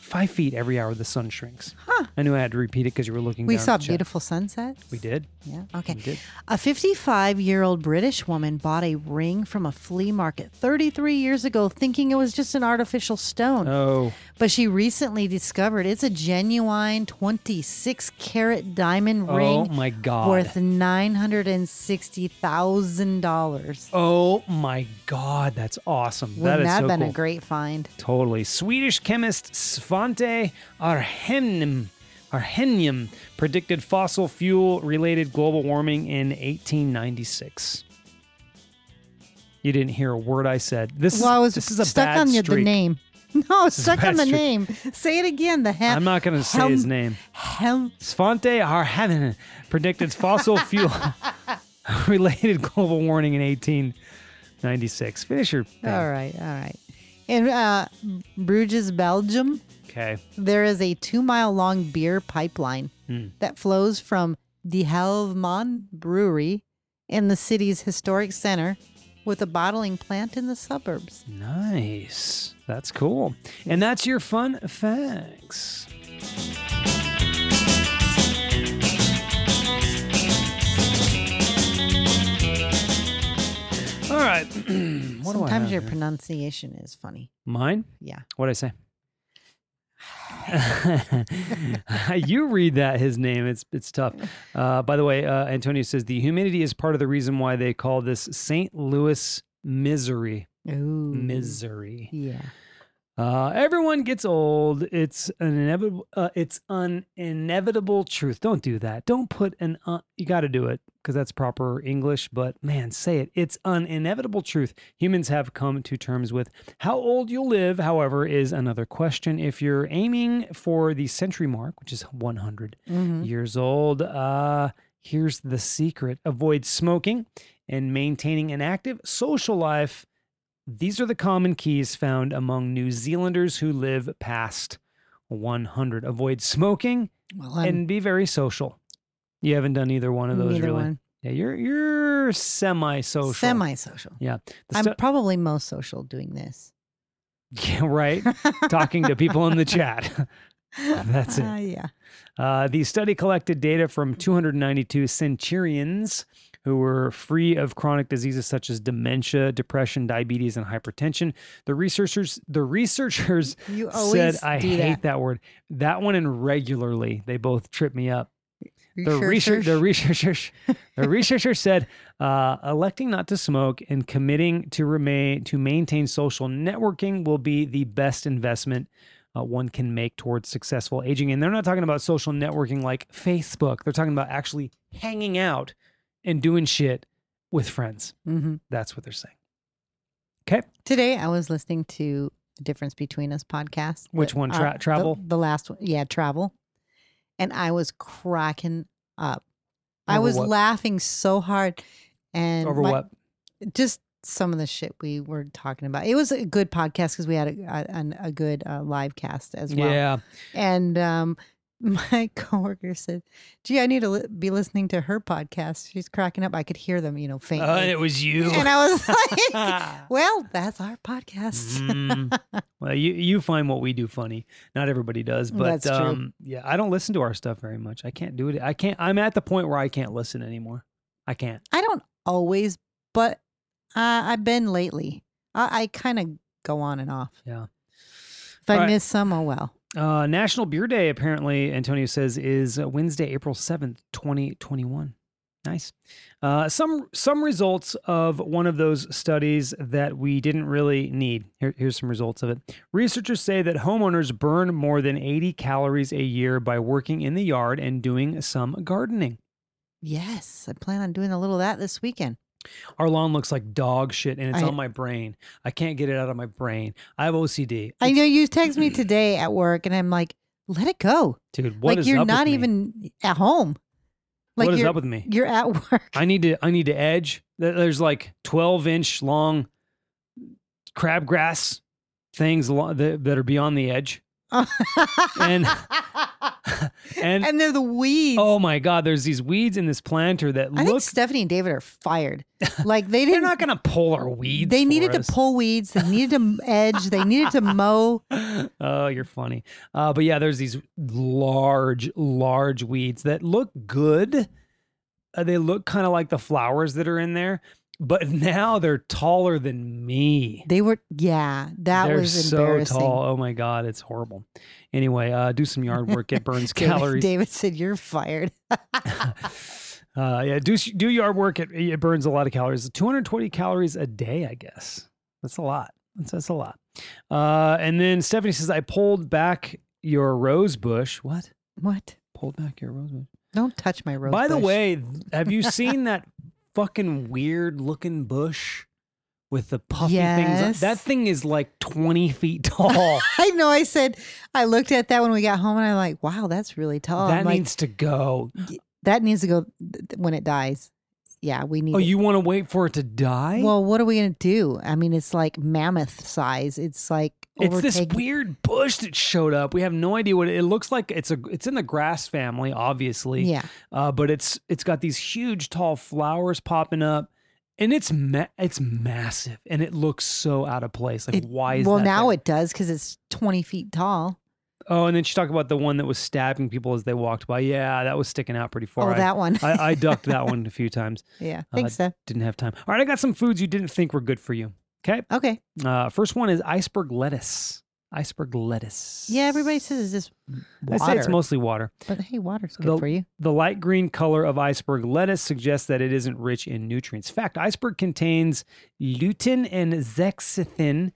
Speaker 2: Five feet every hour the sun shrinks. Huh. I knew I had to repeat it because you were looking
Speaker 3: We
Speaker 2: down
Speaker 3: saw
Speaker 2: to check.
Speaker 3: beautiful sunsets.
Speaker 2: We did.
Speaker 3: Yeah. Okay.
Speaker 2: did.
Speaker 3: A 55 year old British woman bought a ring from a flea market 33 years ago, thinking it was just an artificial stone.
Speaker 2: Oh,
Speaker 3: But she recently discovered it's a genuine 26 carat diamond
Speaker 2: oh
Speaker 3: ring
Speaker 2: my God.
Speaker 3: worth $960,000.
Speaker 2: Oh my God, that's awesome.
Speaker 3: Wouldn't
Speaker 2: that is
Speaker 3: that
Speaker 2: so
Speaker 3: been
Speaker 2: cool.
Speaker 3: a great find?
Speaker 2: Totally. Swedish chemist Svante Arrhenium, Arrhenium predicted fossil fuel related global warming in 1896. You didn't hear a word I said. This
Speaker 3: well, I
Speaker 2: is
Speaker 3: was
Speaker 2: this is a
Speaker 3: stuck
Speaker 2: bad
Speaker 3: on the- the
Speaker 2: streak.
Speaker 3: name. No, suck on the
Speaker 2: bastard.
Speaker 3: name. Say it again. The hem.
Speaker 2: I'm not going to say his
Speaker 3: hem-
Speaker 2: name.
Speaker 3: Hem.
Speaker 2: Svante Arhaven predicted fossil fuel related global warming in 1896. Finish your thing.
Speaker 3: All right, all right. In uh, Bruges, Belgium,
Speaker 2: Okay.
Speaker 3: there is a two-mile-long beer pipeline
Speaker 2: Hmm.
Speaker 3: that flows from De Helvman Brewery in the city's historic center, with a bottling plant in the suburbs.
Speaker 2: Nice. That's cool. And that's your fun facts. All right. what do I
Speaker 3: Sometimes
Speaker 2: have
Speaker 3: your
Speaker 2: here?
Speaker 3: pronunciation is funny.
Speaker 2: Mine?
Speaker 3: Yeah.
Speaker 2: What'd I say? you read that his name. It's it's tough. Uh, by the way, uh, Antonio says the humidity is part of the reason why they call this St. Louis misery.
Speaker 3: Ooh.
Speaker 2: Misery.
Speaker 3: Yeah.
Speaker 2: Uh, everyone gets old. It's an inevitable. Uh, it's an inevitable truth. Don't do that. Don't put an. Uh, you got to do it because that's proper English. But man, say it. It's an inevitable truth. Humans have come to terms with how old you'll live. However, is another question. If you're aiming for the century mark, which is 100
Speaker 3: Mhm.
Speaker 2: years old, uh, here's the secret: avoid smoking and maintaining an active social life. These are the common keys found among New Zealanders who live past 100. Avoid smoking
Speaker 3: Well, I'm
Speaker 2: and be very social. You haven't done either one of those
Speaker 3: neither
Speaker 2: really.
Speaker 3: one.
Speaker 2: Yeah, you're you're semi-social.
Speaker 3: Semi-social.
Speaker 2: Yeah. The
Speaker 3: I'm
Speaker 2: stu-
Speaker 3: probably most social doing this.
Speaker 2: yeah, right. Talking to people in the chat. That's it.
Speaker 3: Uh, yeah.
Speaker 2: Uh, the study collected data from 292 centurions who were free of chronic diseases such as dementia, depression, diabetes, and hypertension. The researchers, the researchers
Speaker 3: You
Speaker 2: said,
Speaker 3: always
Speaker 2: "I
Speaker 3: do
Speaker 2: hate that.
Speaker 3: that.
Speaker 2: word." That one and regularly, they both trip me up. The
Speaker 3: Sure,
Speaker 2: research,
Speaker 3: sure,
Speaker 2: the researchers, the researcher said, uh, "Electing not to smoke and committing to remain to maintain social networking will be the best investment." Uh, one can make towards successful aging. And they're not talking about social networking like Facebook. They're talking about actually hanging out and doing shit with friends.
Speaker 3: Mhm.
Speaker 2: That's what they're saying. Okay.
Speaker 3: Today I was listening to the Difference Between Us podcast.
Speaker 2: Which
Speaker 3: the-
Speaker 2: one? Tra-
Speaker 3: the-
Speaker 2: Travel?
Speaker 3: The, last one. Yeah, travel. And I was cracking up. I
Speaker 2: Over
Speaker 3: was
Speaker 2: what?
Speaker 3: laughing so hard. And
Speaker 2: Over
Speaker 3: my-
Speaker 2: what?
Speaker 3: Just some of the shit we were talking about. It was a good podcast because we had a, a, an- a good uh, live cast as well.
Speaker 2: Yeah.
Speaker 3: And um, my coworker said, "Gee, I need to li- be listening to her podcast. She's cracking up. I could hear them, you know, faintly."
Speaker 2: Uh, it was you.
Speaker 3: and I was like, "Well, that's our podcast."
Speaker 2: Mm. well, you you find what we do funny. Not everybody does, but
Speaker 3: Mm, That's true.
Speaker 2: um yeah, I don't listen to our stuff very much. I can't do it. I can't I'm at the point where I can't listen anymore. I can't.
Speaker 3: I don't always, but uh, I've been lately. I, I kind of go on and off.
Speaker 2: Yeah.
Speaker 3: If I
Speaker 2: All right.
Speaker 3: miss some, oh well.
Speaker 2: Uh National Beer Day apparently Antonio says is uh, Wednesday, April 7th, 2021. Nice. Uh, some some results of one of those studies that we didn't really need. Here, here's some results of it. Researchers say that homeowners burn more than 80 calories a year by working in the yard and doing some gardening.
Speaker 3: Yes, I plan on doing a little of that this weekend.
Speaker 2: Our lawn looks like dog shit and it's
Speaker 3: I-
Speaker 2: on my brain. I can't get it out of my brain. I have OCD.
Speaker 3: I
Speaker 2: It's-
Speaker 3: know you text me today at work, and I'm like, "Let it go."
Speaker 2: dude, what
Speaker 3: like
Speaker 2: is
Speaker 3: you're
Speaker 2: up with
Speaker 3: not
Speaker 2: me?
Speaker 3: even at home. Like
Speaker 2: what is
Speaker 3: you're,
Speaker 2: up with me?
Speaker 3: you're at work.
Speaker 2: I need to I need to edge. There- There's like 12 inch long crabgrass things alo- that, that are beyond the edge. And- And,
Speaker 3: And they're the weeds.
Speaker 2: oh my god, there's these weeds in this planter that
Speaker 3: I think
Speaker 2: look
Speaker 3: Stephanie and David are fired. Like they
Speaker 2: they're
Speaker 3: didn't.
Speaker 2: not gonna pull our weeds.
Speaker 3: they
Speaker 2: for
Speaker 3: needed
Speaker 2: us.
Speaker 3: to pull weeds. They needed to edge. They needed to mow.
Speaker 2: oh, you're funny. Uh, but yeah, there's these large, large weeds that look good. Uh, they look kind of like the flowers that are in there, but now they're taller than me.
Speaker 3: They were. Yeah, that
Speaker 2: they're
Speaker 3: was
Speaker 2: so
Speaker 3: embarrassing.
Speaker 2: tall. Oh my god, it's horrible. Anyway, uh, do some yard work. It burns
Speaker 3: David-
Speaker 2: calories.
Speaker 3: David said, "You're fired."
Speaker 2: Uh, yeah, do do yard work. It, it burns a lot of calories. 220 calories a day, I guess. That's a lot. That's, that's a lot. Uh, and then Stephanie says, "I pulled back your rose bush." What?
Speaker 3: What?
Speaker 2: Pulled back your rose bush.
Speaker 3: Don't touch my rose.
Speaker 2: By the
Speaker 3: bush.
Speaker 2: way, have you seen that fucking weird looking bush with the puffy things.
Speaker 3: Yes.
Speaker 2: That thing is like 20 feet tall.
Speaker 3: I know. I said I looked at that when we got home, and I'm like, "Wow, that's really tall."
Speaker 2: that
Speaker 3: I'm like,
Speaker 2: needs to go.
Speaker 3: that needs to go th- th- when it dies. Yeah, we need.
Speaker 2: Oh,
Speaker 3: it.
Speaker 2: you want to wait for it to die?
Speaker 3: Well, what are we gonna do? I mean, it's like mammoth size. It's like
Speaker 2: it's this
Speaker 3: overtaking-
Speaker 2: weird bush that showed up. We have no idea what it, it looks like. It's a it's in the grass family, obviously.
Speaker 3: Yeah,
Speaker 2: Uh, but it's it's got these huge tall flowers popping up, and it's ma- it's massive, and it looks so out of place. Like
Speaker 3: It-
Speaker 2: why is
Speaker 3: well
Speaker 2: that
Speaker 3: now
Speaker 2: there?
Speaker 3: it does because it's twenty feet tall.
Speaker 2: Oh, and then she talked about the one that was stabbing people as they walked by. Yeah, that was sticking out pretty far.
Speaker 3: oh, that one.
Speaker 2: I, I, I ducked that one a few times.
Speaker 3: yeah,
Speaker 2: uh,
Speaker 3: thanks, Steph.
Speaker 2: Didn't have time. All right, I got some foods you didn't think were good for you. Okay.
Speaker 3: Okay.
Speaker 2: Uh, first one is iceberg lettuce. Iceberg lettuce.
Speaker 3: Yeah, everybody says it's just water.
Speaker 2: I say it's mostly Mm, water.
Speaker 3: but hey, water's good
Speaker 2: the-
Speaker 3: for you.
Speaker 2: The light green color of iceberg lettuce suggests that it isn't rich in nutrients. In fact, iceberg contains lutein and zexanthin,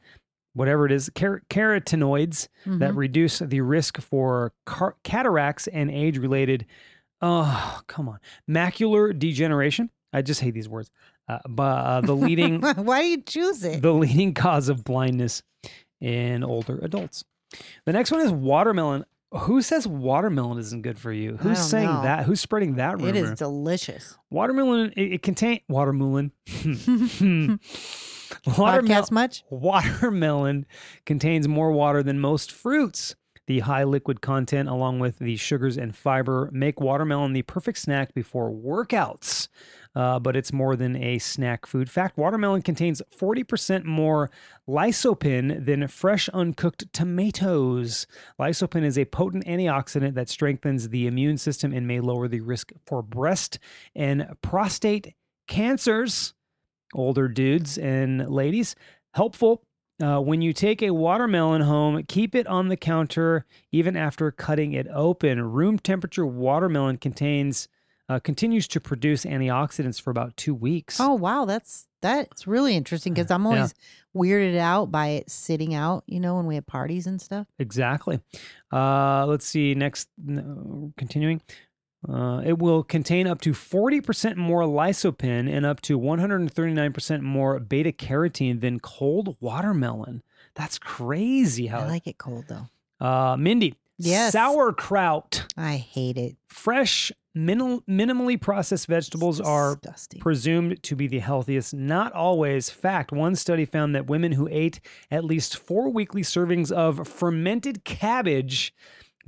Speaker 2: whatever it is, car- carotenoids that
Speaker 3: Mhm.
Speaker 2: reduce the risk for car- cataracts and age related, oh, come on, macular degeneration. I just hate these words. Uh, but uh, the leading
Speaker 3: Why do you choose it?
Speaker 2: the leading cause of blindness in older adults. The next one is watermelon. Who says watermelon isn't good for you? Who's
Speaker 3: don't
Speaker 2: saying
Speaker 3: know.
Speaker 2: that? Who's spreading that rumor?
Speaker 3: it is delicious.
Speaker 2: watermelon. It, it contain watermelon. watermelon.
Speaker 3: Podcast much?
Speaker 2: Watermelon contains more water than most fruits. The high liquid content, along with the sugars and fiber, make watermelon the perfect snack before workouts. Uh, but it's more than a snack food. Fact watermelon contains 40% more lysopin than fresh uncooked tomatoes. Lysopin is a potent antioxidant that strengthens the immune system and may lower the risk for breast and prostate cancers. Older dudes and ladies helpful. Uh, when you take a watermelon home, keep it on the counter even after cutting it open. Room temperature watermelon contains uh, continues to produce antioxidants for about two weeks.
Speaker 3: Oh wow, that's that's really interesting because I'm
Speaker 2: Yeah.
Speaker 3: always weirded out by it sitting out. You know, when we have parties and stuff.
Speaker 2: Exactly. Uh, let's see. Next, no, continuing. Uh, it will contain up to 40% more lysopin and up to 139% more beta carotene than cold watermelon. That's crazy how.
Speaker 3: I like it cold though.
Speaker 2: uh, Mindy.
Speaker 3: Yes.
Speaker 2: Sauerkraut.
Speaker 3: I hate it.
Speaker 2: fresh, minimal, minimally processed vegetables
Speaker 3: It's
Speaker 2: are
Speaker 3: disgusting.
Speaker 2: presumed to be the healthiest. Not always. Fact one study found that women who ate at least four weekly servings of fermented cabbage,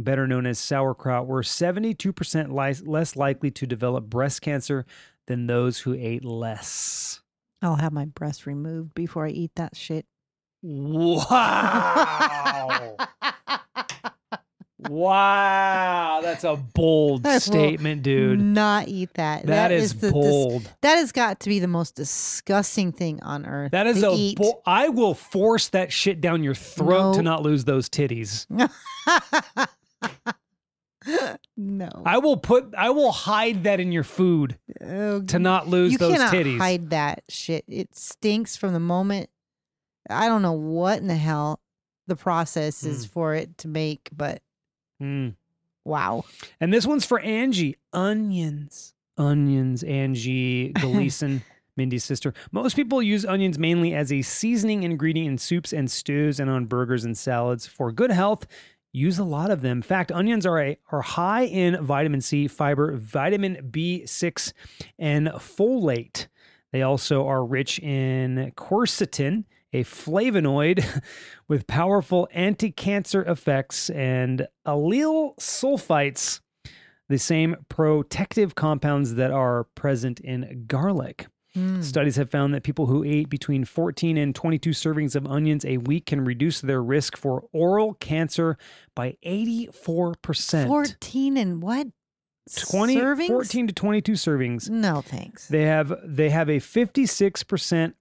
Speaker 2: better known as sauerkraut, were 72% li- less likely to develop breast cancer than those who ate less.
Speaker 3: I'll have my breast removed before I eat that shit.
Speaker 2: Wow. wow. That's a bold
Speaker 3: I will
Speaker 2: statement, dude.
Speaker 3: Not eat that.
Speaker 2: that is,
Speaker 3: the, dis-
Speaker 2: bold.
Speaker 3: that has got to be the most disgusting thing on earth.
Speaker 2: That is
Speaker 3: to
Speaker 2: a.
Speaker 3: eat.
Speaker 2: bull- I will force that shit down your throat to
Speaker 3: No.
Speaker 2: not lose those titties.
Speaker 3: no.
Speaker 2: I will put. I will hide that in your food
Speaker 3: Oh,
Speaker 2: to not lose
Speaker 3: you
Speaker 2: those
Speaker 3: cannot
Speaker 2: titties.
Speaker 3: hide that shit. It stinks from the moment. I don't know what in the hell the process
Speaker 2: Hmm.
Speaker 3: is for it to make, but
Speaker 2: Mm.
Speaker 3: wow.
Speaker 2: And this one's for Angie. Onions. Onions. Angie Gleason. Mindy's sister. Most people use onions mainly as a seasoning ingredient in soups and stews and on burgers and salads. For good health, use a lot of them. In fact, onions are a, are high in vitamin C, fiber, vitamin B6, and folate. They also are rich in quercetin, a flavonoid with powerful anti-cancer effects and allyl sulfites, the same protective compounds that are present in garlic.
Speaker 3: Mm.
Speaker 2: Studies have found that people who ate between 14 and 22 servings of onions a week can reduce their risk for oral cancer by 84%.
Speaker 3: 14 and what?
Speaker 2: 20
Speaker 3: Servings?
Speaker 2: 14 to 22 servings.
Speaker 3: No, thanks.
Speaker 2: They have they have a 56%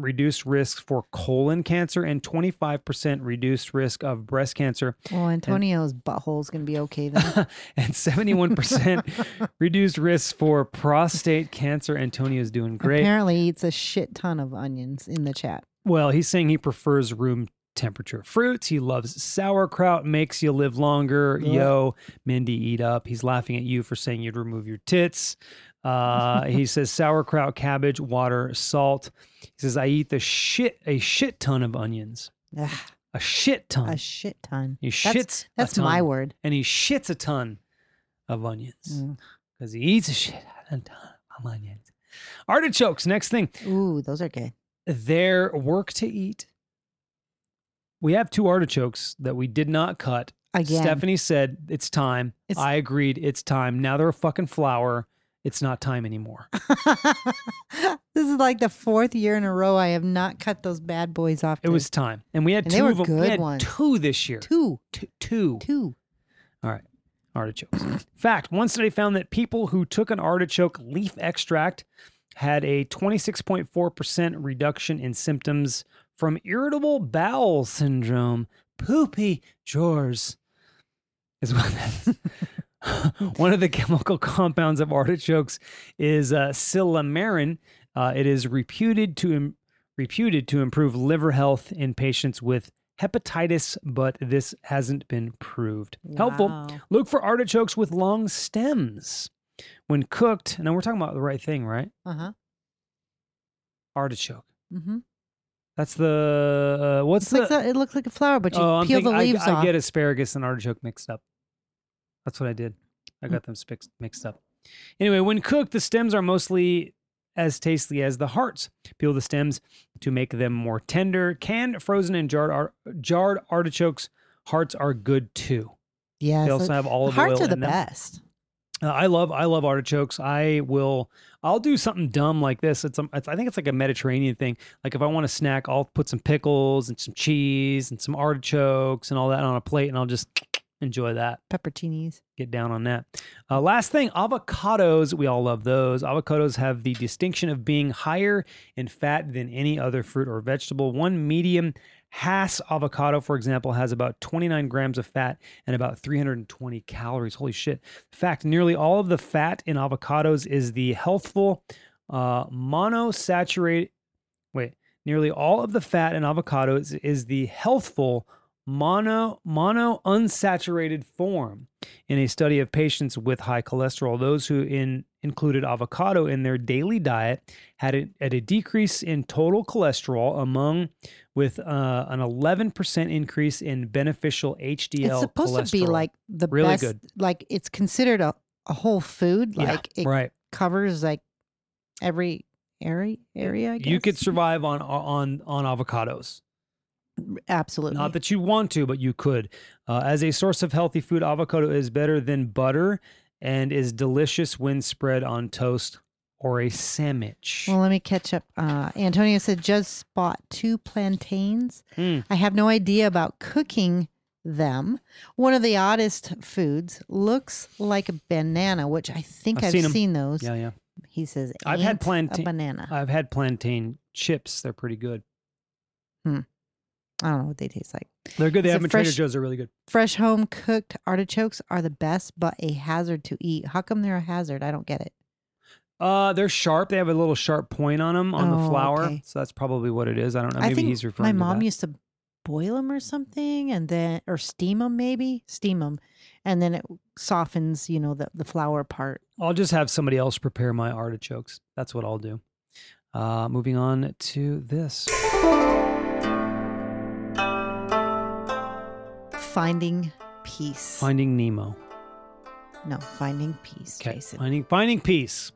Speaker 2: reduced risk for colon cancer and 25% reduced risk of breast cancer
Speaker 3: Well, Antonio's butthole's going to be okay then.
Speaker 2: and 71% reduced risk for prostate cancer. Antonio's doing great.
Speaker 3: Apparently, he eats a shit ton of onions in the chat.
Speaker 2: Well, he's saying he prefers room temperature fruits. He loves sauerkraut, makes you live longer.
Speaker 3: Ugh.
Speaker 2: Yo, Mindy, eat up. He's laughing at you for saying you'd remove your tits. Uh, Uh, he says sauerkraut, cabbage, water, salt. He says I eat the shit a shit ton of onions,
Speaker 3: Ugh,
Speaker 2: a shit ton.
Speaker 3: a shit ton.
Speaker 2: he shits.
Speaker 3: That's, that's
Speaker 2: a ton.
Speaker 3: my word.
Speaker 2: And he shits a ton of onions
Speaker 3: Mm.
Speaker 2: because he eats a shit a ton of onions. Artichokes. Next thing,
Speaker 3: Ooh, those are good.
Speaker 2: their work to eat. We have two artichokes that we did not cut.
Speaker 3: Again,
Speaker 2: Stephanie said it's time.
Speaker 3: It's-
Speaker 2: I agreed. It's time. Now they're a fucking flower. It's not time anymore.
Speaker 3: this is like the fourth year in a row I have not cut those bad boys off.
Speaker 2: It
Speaker 3: to
Speaker 2: was time, and we had
Speaker 3: And
Speaker 2: two
Speaker 3: they were
Speaker 2: of them. we
Speaker 3: good
Speaker 2: had
Speaker 3: ones.
Speaker 2: two this year.
Speaker 3: two,
Speaker 2: Two. two.
Speaker 3: two.
Speaker 2: All right. Artichokes. Fact one study found that people who took an artichoke leaf extract had a 26.4% reduction in symptoms from irritable bowel syndrome, poopy drawers, as well as. One of the chemical compounds of artichokes is uh, silymarin. Uh, it is reputed to Im- reputed to improve liver health in patients with hepatitis, but this hasn't been proved. Helpful.
Speaker 3: Wow.
Speaker 2: Look for artichokes with long stems. When cooked, now we're talking about the right thing, right?
Speaker 3: Uh huh.
Speaker 2: Artichoke.
Speaker 3: Mm-hmm.
Speaker 2: That's the uh, what's
Speaker 3: It's
Speaker 2: the?
Speaker 3: like the, it looks like a flower, but you
Speaker 2: oh,
Speaker 3: peel
Speaker 2: I'm
Speaker 3: the
Speaker 2: thinking, I-
Speaker 3: leaves
Speaker 2: I,
Speaker 3: off.
Speaker 2: get asparagus and artichoke mixed up. That's what I did.
Speaker 3: Mm.
Speaker 2: I got them spix- mixed up. Anyway, when cooked, the stems are mostly as tasty as the hearts. Peel the stems to make them more tender. Canned, frozen, and jarred ar- jarred artichokes hearts are good too.
Speaker 3: Yes,
Speaker 2: They
Speaker 3: the-
Speaker 2: also have
Speaker 3: the
Speaker 2: olive
Speaker 3: hearts
Speaker 2: oil
Speaker 3: are the
Speaker 2: in them.
Speaker 3: best.
Speaker 2: Uh, I love I love artichokes. I will I'll do something dumb like this. It's, um, it's I think it's like a Mediterranean thing. Like if I want a snack, I'll put some pickles and some cheese and some artichokes and all that on a plate, and I'll just enjoy that.
Speaker 3: Pepperoncinis.
Speaker 2: Get down on that. Uh, last thing, avocados. We all love those. Avocados have the distinction of being higher in fat than any other fruit or vegetable. One medium Hass avocado, for example, has about 29 grams of fat and about 320 calories. Holy shit. In fact, nearly all of the fat in avocados is the healthful uh, monosaturated. Wait, nearly all of the fat in avocados is the healthful mono mono unsaturated form. In a study of patients with high cholesterol, those who in, included avocado in their daily diet had a, had a decrease in total cholesterol among with uh, an 11% increase in beneficial HDL
Speaker 3: It's supposed to be
Speaker 2: cholesterol.
Speaker 3: like the
Speaker 2: Really
Speaker 3: best.
Speaker 2: good.
Speaker 3: Like it's considered a, a whole food.
Speaker 2: Yeah,
Speaker 3: Like it
Speaker 2: right.
Speaker 3: covers like every area. Area. I guess.
Speaker 2: You could survive on on on avocados.
Speaker 3: absolutely
Speaker 2: Not that you want to, but you could. Uh, as a source of healthy food, avocado is better than butter and is delicious when spread on toast or a sandwich.
Speaker 3: Well, let me catch up. Uh, Antonio said, just bought two plantains.
Speaker 2: Mm.
Speaker 3: I have no idea about cooking them. One of the oddest foods looks like a banana, which I think
Speaker 2: I've
Speaker 3: I've,
Speaker 2: seen
Speaker 3: seen,
Speaker 2: 'em.
Speaker 3: those.
Speaker 2: yeah, yeah.
Speaker 3: He says,
Speaker 2: I've had
Speaker 3: "Ain't
Speaker 2: plantain-
Speaker 3: A banana.
Speaker 2: I've had plantain chips. They're pretty good.
Speaker 3: I don't know what they taste like.
Speaker 2: They're good. They
Speaker 3: Is
Speaker 2: have
Speaker 3: it
Speaker 2: them at Trader
Speaker 3: fresh?
Speaker 2: Joe's. They're really good.
Speaker 3: Fresh home cooked artichokes are the best, but a hazard to eat. How come they're a hazard? I don't get it.
Speaker 2: Uh, they're sharp. They have a little sharp point on them on the
Speaker 3: Oh,
Speaker 2: flour.
Speaker 3: okay.
Speaker 2: So that's probably what it is. I don't know.
Speaker 3: I
Speaker 2: Uh, Maybe
Speaker 3: think
Speaker 2: he's referring
Speaker 3: my
Speaker 2: to
Speaker 3: mom
Speaker 2: that.
Speaker 3: used to boil them or something, and then or steam them maybe steam them, and then it softens, you know, the the flour part.
Speaker 2: I'll just have somebody else prepare my artichokes. That's what I'll do. Uh, moving on to this.
Speaker 3: Finding peace.
Speaker 2: Finding Nemo.
Speaker 3: no, finding peace,
Speaker 2: Okay.
Speaker 3: Jason.
Speaker 2: Finding finding peace.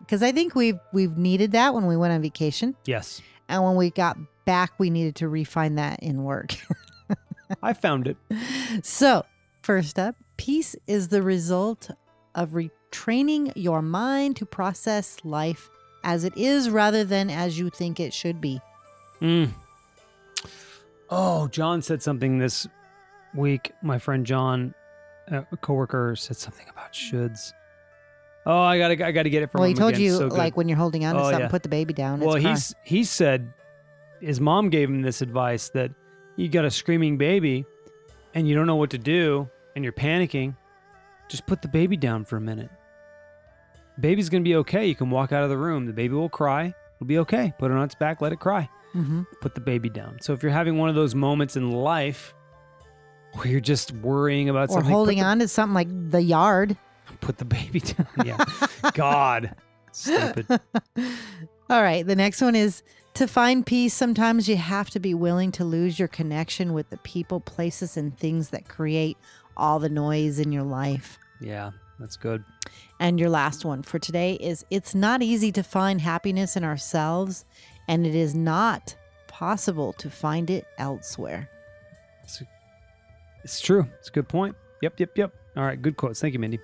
Speaker 3: Because I think we've we've needed that when we went on vacation,
Speaker 2: Yes.
Speaker 3: and when we got back, we needed to refine that in work.
Speaker 2: I found it.
Speaker 3: so, first up, peace is the result of retraining your mind to process life as it is rather than as you think it should be.
Speaker 2: Mm. Oh, John said something this week. My friend John, uh, a coworker, said something about shoulds. Oh, I gotta, I gotta get it from
Speaker 3: well,
Speaker 2: him
Speaker 3: he told
Speaker 2: again.
Speaker 3: you
Speaker 2: So good.
Speaker 3: like when you're holding on to
Speaker 2: Oh,
Speaker 3: something,
Speaker 2: yeah.
Speaker 3: put the baby down.
Speaker 2: well,
Speaker 3: it's crying.
Speaker 2: he's he said his mom gave him this advice that you got a screaming baby and you don't know what to do and you're panicking. Just put the baby down for a minute. Baby's gonna be okay. You can walk out of the room. The baby will cry. It'll be okay. Put it on its back. Let it cry
Speaker 3: Mhm.
Speaker 2: put the baby down. So if you're having one of those moments in life where you're just worrying about
Speaker 3: or
Speaker 2: something, put
Speaker 3: holding
Speaker 2: the-
Speaker 3: on to something like the yard.
Speaker 2: put the baby down. Yeah. God. Stupid.
Speaker 3: All right. The next one is to find peace, sometimes you have to be willing to lose your connection with the people, places, and things that create all the noise in your life.
Speaker 2: Yeah, that's good.
Speaker 3: And your last one for today is it's not easy to find happiness in ourselves, and it is not possible to find it elsewhere.
Speaker 2: It's true. It's a good point. Yep, yep, yep. All right, good quotes. Thank you, Mindy.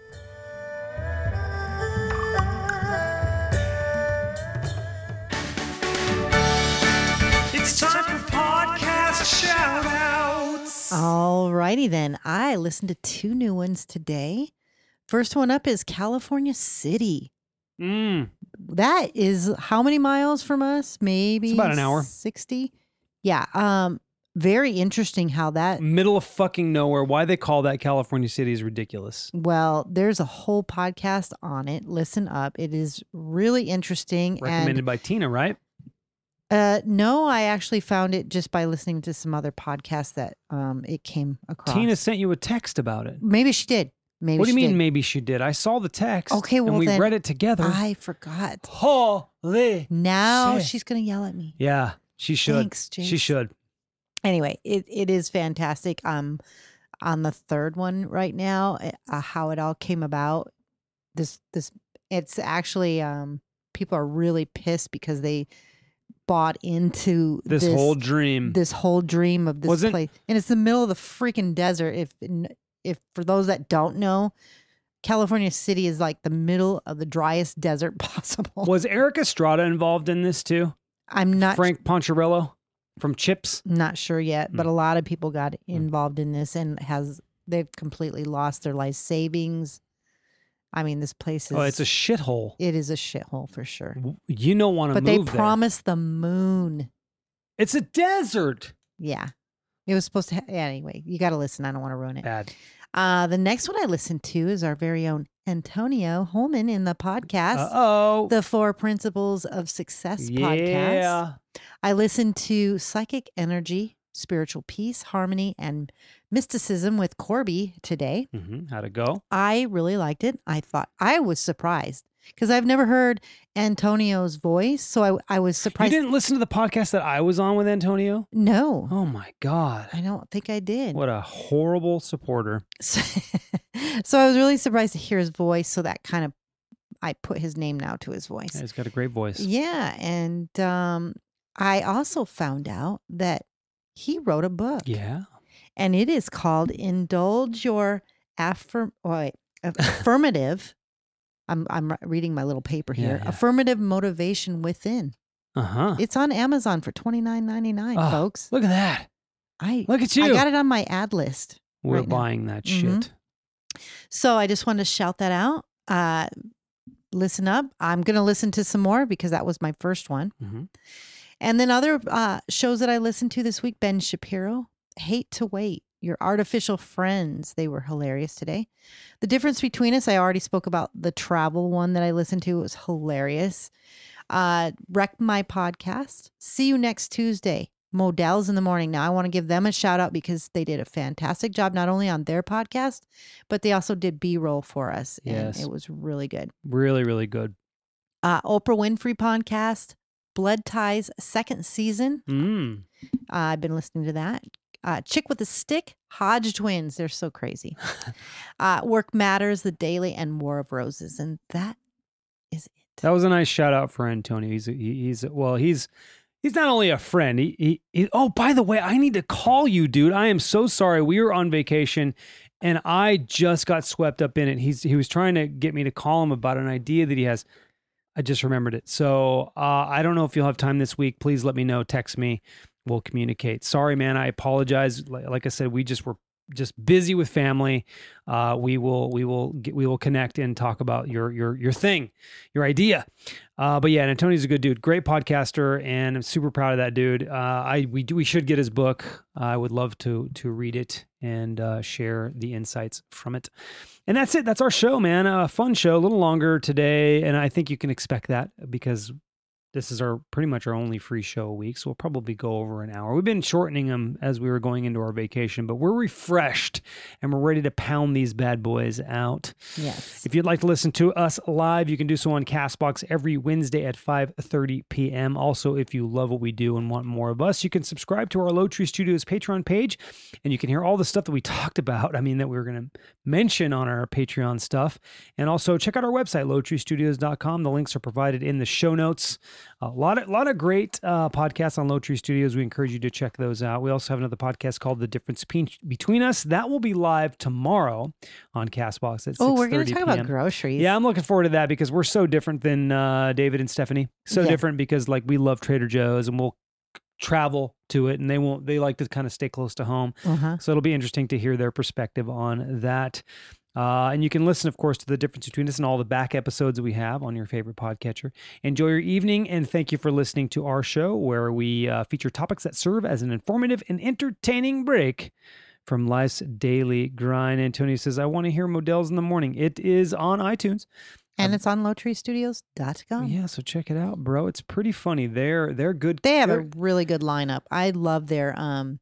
Speaker 5: It's time for podcast shout outs.
Speaker 3: All righty then. I listened to two new ones today. First one up is California City.
Speaker 2: Mm.
Speaker 3: that is how many miles from us? Maybe
Speaker 2: about an hour.
Speaker 3: 60. Yeah. Um, very interesting how that.
Speaker 2: Middle of fucking nowhere. Why they call that California City is ridiculous.
Speaker 3: Well, there's a whole podcast on it. Listen up. It is really interesting.
Speaker 2: Recommended by Tina, right?
Speaker 3: And, uh, no, I actually found it just by listening to some other podcasts that um, it came across.
Speaker 2: Tina sent you a text about it.
Speaker 3: maybe she did. Maybe
Speaker 2: what do you
Speaker 3: she
Speaker 2: mean
Speaker 3: did.
Speaker 2: maybe she did? I saw the text.
Speaker 3: Okay, well
Speaker 2: and we
Speaker 3: then
Speaker 2: read it together.
Speaker 3: I forgot.
Speaker 2: Holy.
Speaker 3: Now
Speaker 2: Shit.
Speaker 3: she's gonna yell at me.
Speaker 2: Yeah, she should.
Speaker 3: Thanks,
Speaker 2: she
Speaker 3: Jace.
Speaker 2: should.
Speaker 3: anyway it, it is fantastic um on the third one right now uh, uh, how it all came about this this it's actually um people are really pissed because they bought into
Speaker 2: This, whole dream.
Speaker 3: this whole dream of this
Speaker 2: Wasn't-
Speaker 3: place and it's the middle of the freaking desert if if for those that don't know california city is like the middle of the driest desert possible
Speaker 2: was Eric Estrada involved in this too?
Speaker 3: i'm not
Speaker 2: Frank Poncherello from Chips.
Speaker 3: Not sure yet,
Speaker 2: Hmm.
Speaker 3: but a lot of people got involved in this and has they've completely lost their life savings. I mean, this place is
Speaker 2: Oh, it's a shithole.
Speaker 3: it is a shithole for sure.
Speaker 2: W- You don't want to
Speaker 3: But they
Speaker 2: move
Speaker 3: promised the moon.
Speaker 2: there. It's a desert.
Speaker 3: Yeah. It was supposed to ha- anyway. You got to listen. I don't want to ruin it.
Speaker 2: Bad.
Speaker 3: Uh, the next one I listened to is our very own Antonio Holman in the podcast,
Speaker 2: oh.
Speaker 3: the Four Principles of Success podcast.
Speaker 2: Yeah.
Speaker 3: I listen to Psychic Energy, Spiritual Peace, Harmony, and Mysticism with Corby today.
Speaker 2: hmm How'd it go?
Speaker 3: I really liked it. I thought I was surprised because I've never heard Antonio's voice. So I, I was surprised.
Speaker 2: You didn't listen to the podcast that I was on with Antonio?
Speaker 3: No,
Speaker 2: Oh my God.
Speaker 3: I don't think I did.
Speaker 2: What a horrible supporter.
Speaker 3: So, so I was really surprised to hear his voice. So that kind of, I put his name now to his voice.
Speaker 2: Yeah, he's got a great voice.
Speaker 3: Yeah. And um, I also found out that he wrote a book.
Speaker 2: Yeah.
Speaker 3: and it is called Indulge Your Affirm- oh, wait, Affirmative. I'm I'm ri- reading my little paper
Speaker 2: Yeah,
Speaker 3: here.
Speaker 2: yeah.
Speaker 3: Affirmative Motivation Within.
Speaker 2: Uh huh.
Speaker 3: It's on Amazon for twenty nine ninety nine,
Speaker 2: Ah,
Speaker 3: folks.
Speaker 2: Look at that.
Speaker 3: I
Speaker 2: Look at you.
Speaker 3: I got it on my ad list,
Speaker 2: We're
Speaker 3: right now.
Speaker 2: buying that shit.
Speaker 3: Mhm. so I just wanted to shout that out. Uh, listen up. I'm going to listen to some more because that was my first one.
Speaker 2: Mhm.
Speaker 3: And then other uh, shows that I listened to this week Ben Shapiro, Hate to Wait, Your Artificial Friends. They were hilarious today. The Difference Between Us, I already spoke about the travel one that I listened to. It was hilarious. Uh, Wreck My Podcast. See you next Tuesday. Models in the morning. Now, I want to give them a shout out because they did a fantastic job, not only on their podcast, but they also did B roll for us.
Speaker 2: Yes.
Speaker 3: And it was really good
Speaker 2: Really, really good.
Speaker 3: uh, Oprah Winfrey podcast, Blood Ties second season.
Speaker 2: Mm.
Speaker 3: Uh, I've been listening to that. Uh, Chick with a Stick, Hodge Twins. They're so crazy. uh, Work Matters, The Daily, and War of Roses. And that is it.
Speaker 2: That was a nice shout out for Antonio. He's a, he, he's a- well, he's he's not only a friend. He, he he oh, by the way, I need to call you, dude. I am so sorry. We were on vacation and I just got swept up in it. He's he was trying to get me to call him about an idea that he has. I just remembered it. So, uh, I don't know if you'll have time this week. Please let me know. Text me. We'll communicate. Sorry, man. I apologize. Like, like I said, we just were just busy with family. Uh, we will we will get, we will connect and talk about your your your thing your idea. Uh, but yeah, Antonio's a good dude, great podcaster, and I'm super proud of that dude. Uh, I we do, we should get his book. I would love to to read it and uh, share the insights from it. And that's it. That's our show, man. A fun show, a little longer today, and I think you can expect that because This is our pretty much our only free show a week, so we'll probably go over an hour. We've been shortening them as we were going into our vacation, but we're refreshed and we're ready to pound these bad boys out.
Speaker 3: Yes.
Speaker 2: If you'd like to listen to us live, you can do so on Castbox every Wednesday at 5:30 p.m. Also, if you love what we do and want more of us, you can subscribe to our Low Tree Studios Patreon page, and you can hear all the stuff that we talked about. I mean, that we were going to mention on our Patreon stuff, and also check out our website lowtreestudios.com. The links are provided in the show notes. A lot of lot of great uh, podcasts on Low Tree Studios. We encourage you to check those out. We also have another podcast called The Difference Pe- Between Us that will be live tomorrow on Castbox at
Speaker 3: Oh, we're
Speaker 2: 6:30
Speaker 3: going to talk
Speaker 2: p.m.
Speaker 3: about groceries.
Speaker 2: Yeah, I'm looking forward to that because we're so different than uh, David and Stephanie. So
Speaker 3: Yeah.
Speaker 2: different because like we love Trader Joe's and we'll travel to it, and they won't. They like to kind of stay close to home.
Speaker 3: Uh-huh.
Speaker 2: So it'll be interesting to hear their perspective on that. Uh, and you can listen, of course, to the difference between us and all the back episodes that we have on your favorite podcatcher. Enjoy your evening, and thank you for listening to our show, where we uh, feature topics that serve as an informative and entertaining break from life's daily grind. Antonio says, "I want to hear Models in the morning." It is on iTunes.
Speaker 3: And it's on lowtreestudios.com.
Speaker 2: Yeah, so check it out, bro. It's pretty funny. They're they're good.
Speaker 3: They have a
Speaker 2: they're-
Speaker 3: really good lineup. I love their um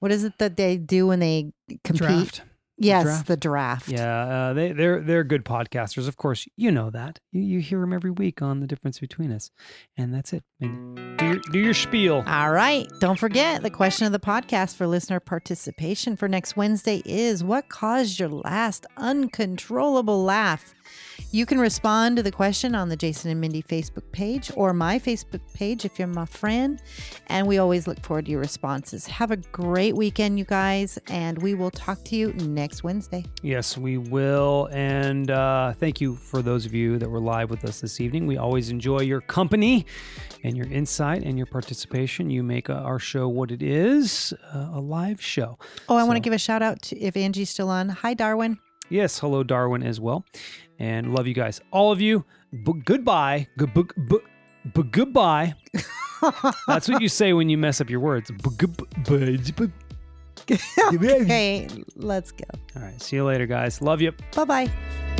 Speaker 3: what is it that they do when they compete?
Speaker 2: draft.
Speaker 3: Yes,
Speaker 2: draft.
Speaker 3: the draft.
Speaker 2: Yeah, uh, they they're they're good podcasters. Of course, you know that. You you hear them every week on the difference between us, and that's it. And do your do your spiel.
Speaker 3: All right. Don't forget the question of the podcast for listener participation for next Wednesday is what caused your last uncontrollable laugh? You can respond to the question on the Jason and Mindy Facebook page or my Facebook page if you're my friend. And we always look forward to your responses. Have a great weekend, you guys. And we will talk to you next Wednesday.
Speaker 2: Yes, we will. And uh, thank you for those of you that were live with us this evening. We always enjoy your company and your insight and your participation. You make uh, our show what it is uh, a live show.
Speaker 3: Oh, I want
Speaker 2: So-
Speaker 3: to give a shout out to if Angie's still on. Hi, Darwin.
Speaker 2: Yes, hello, Darwin, as well. And love you guys, all of you. B- goodbye. G- b- b- b- goodbye. That's what you say when you mess up your words. B- g- b- b- b-
Speaker 3: okay, let's go.
Speaker 2: all right, see you later, guys. Love you.
Speaker 3: Bye bye.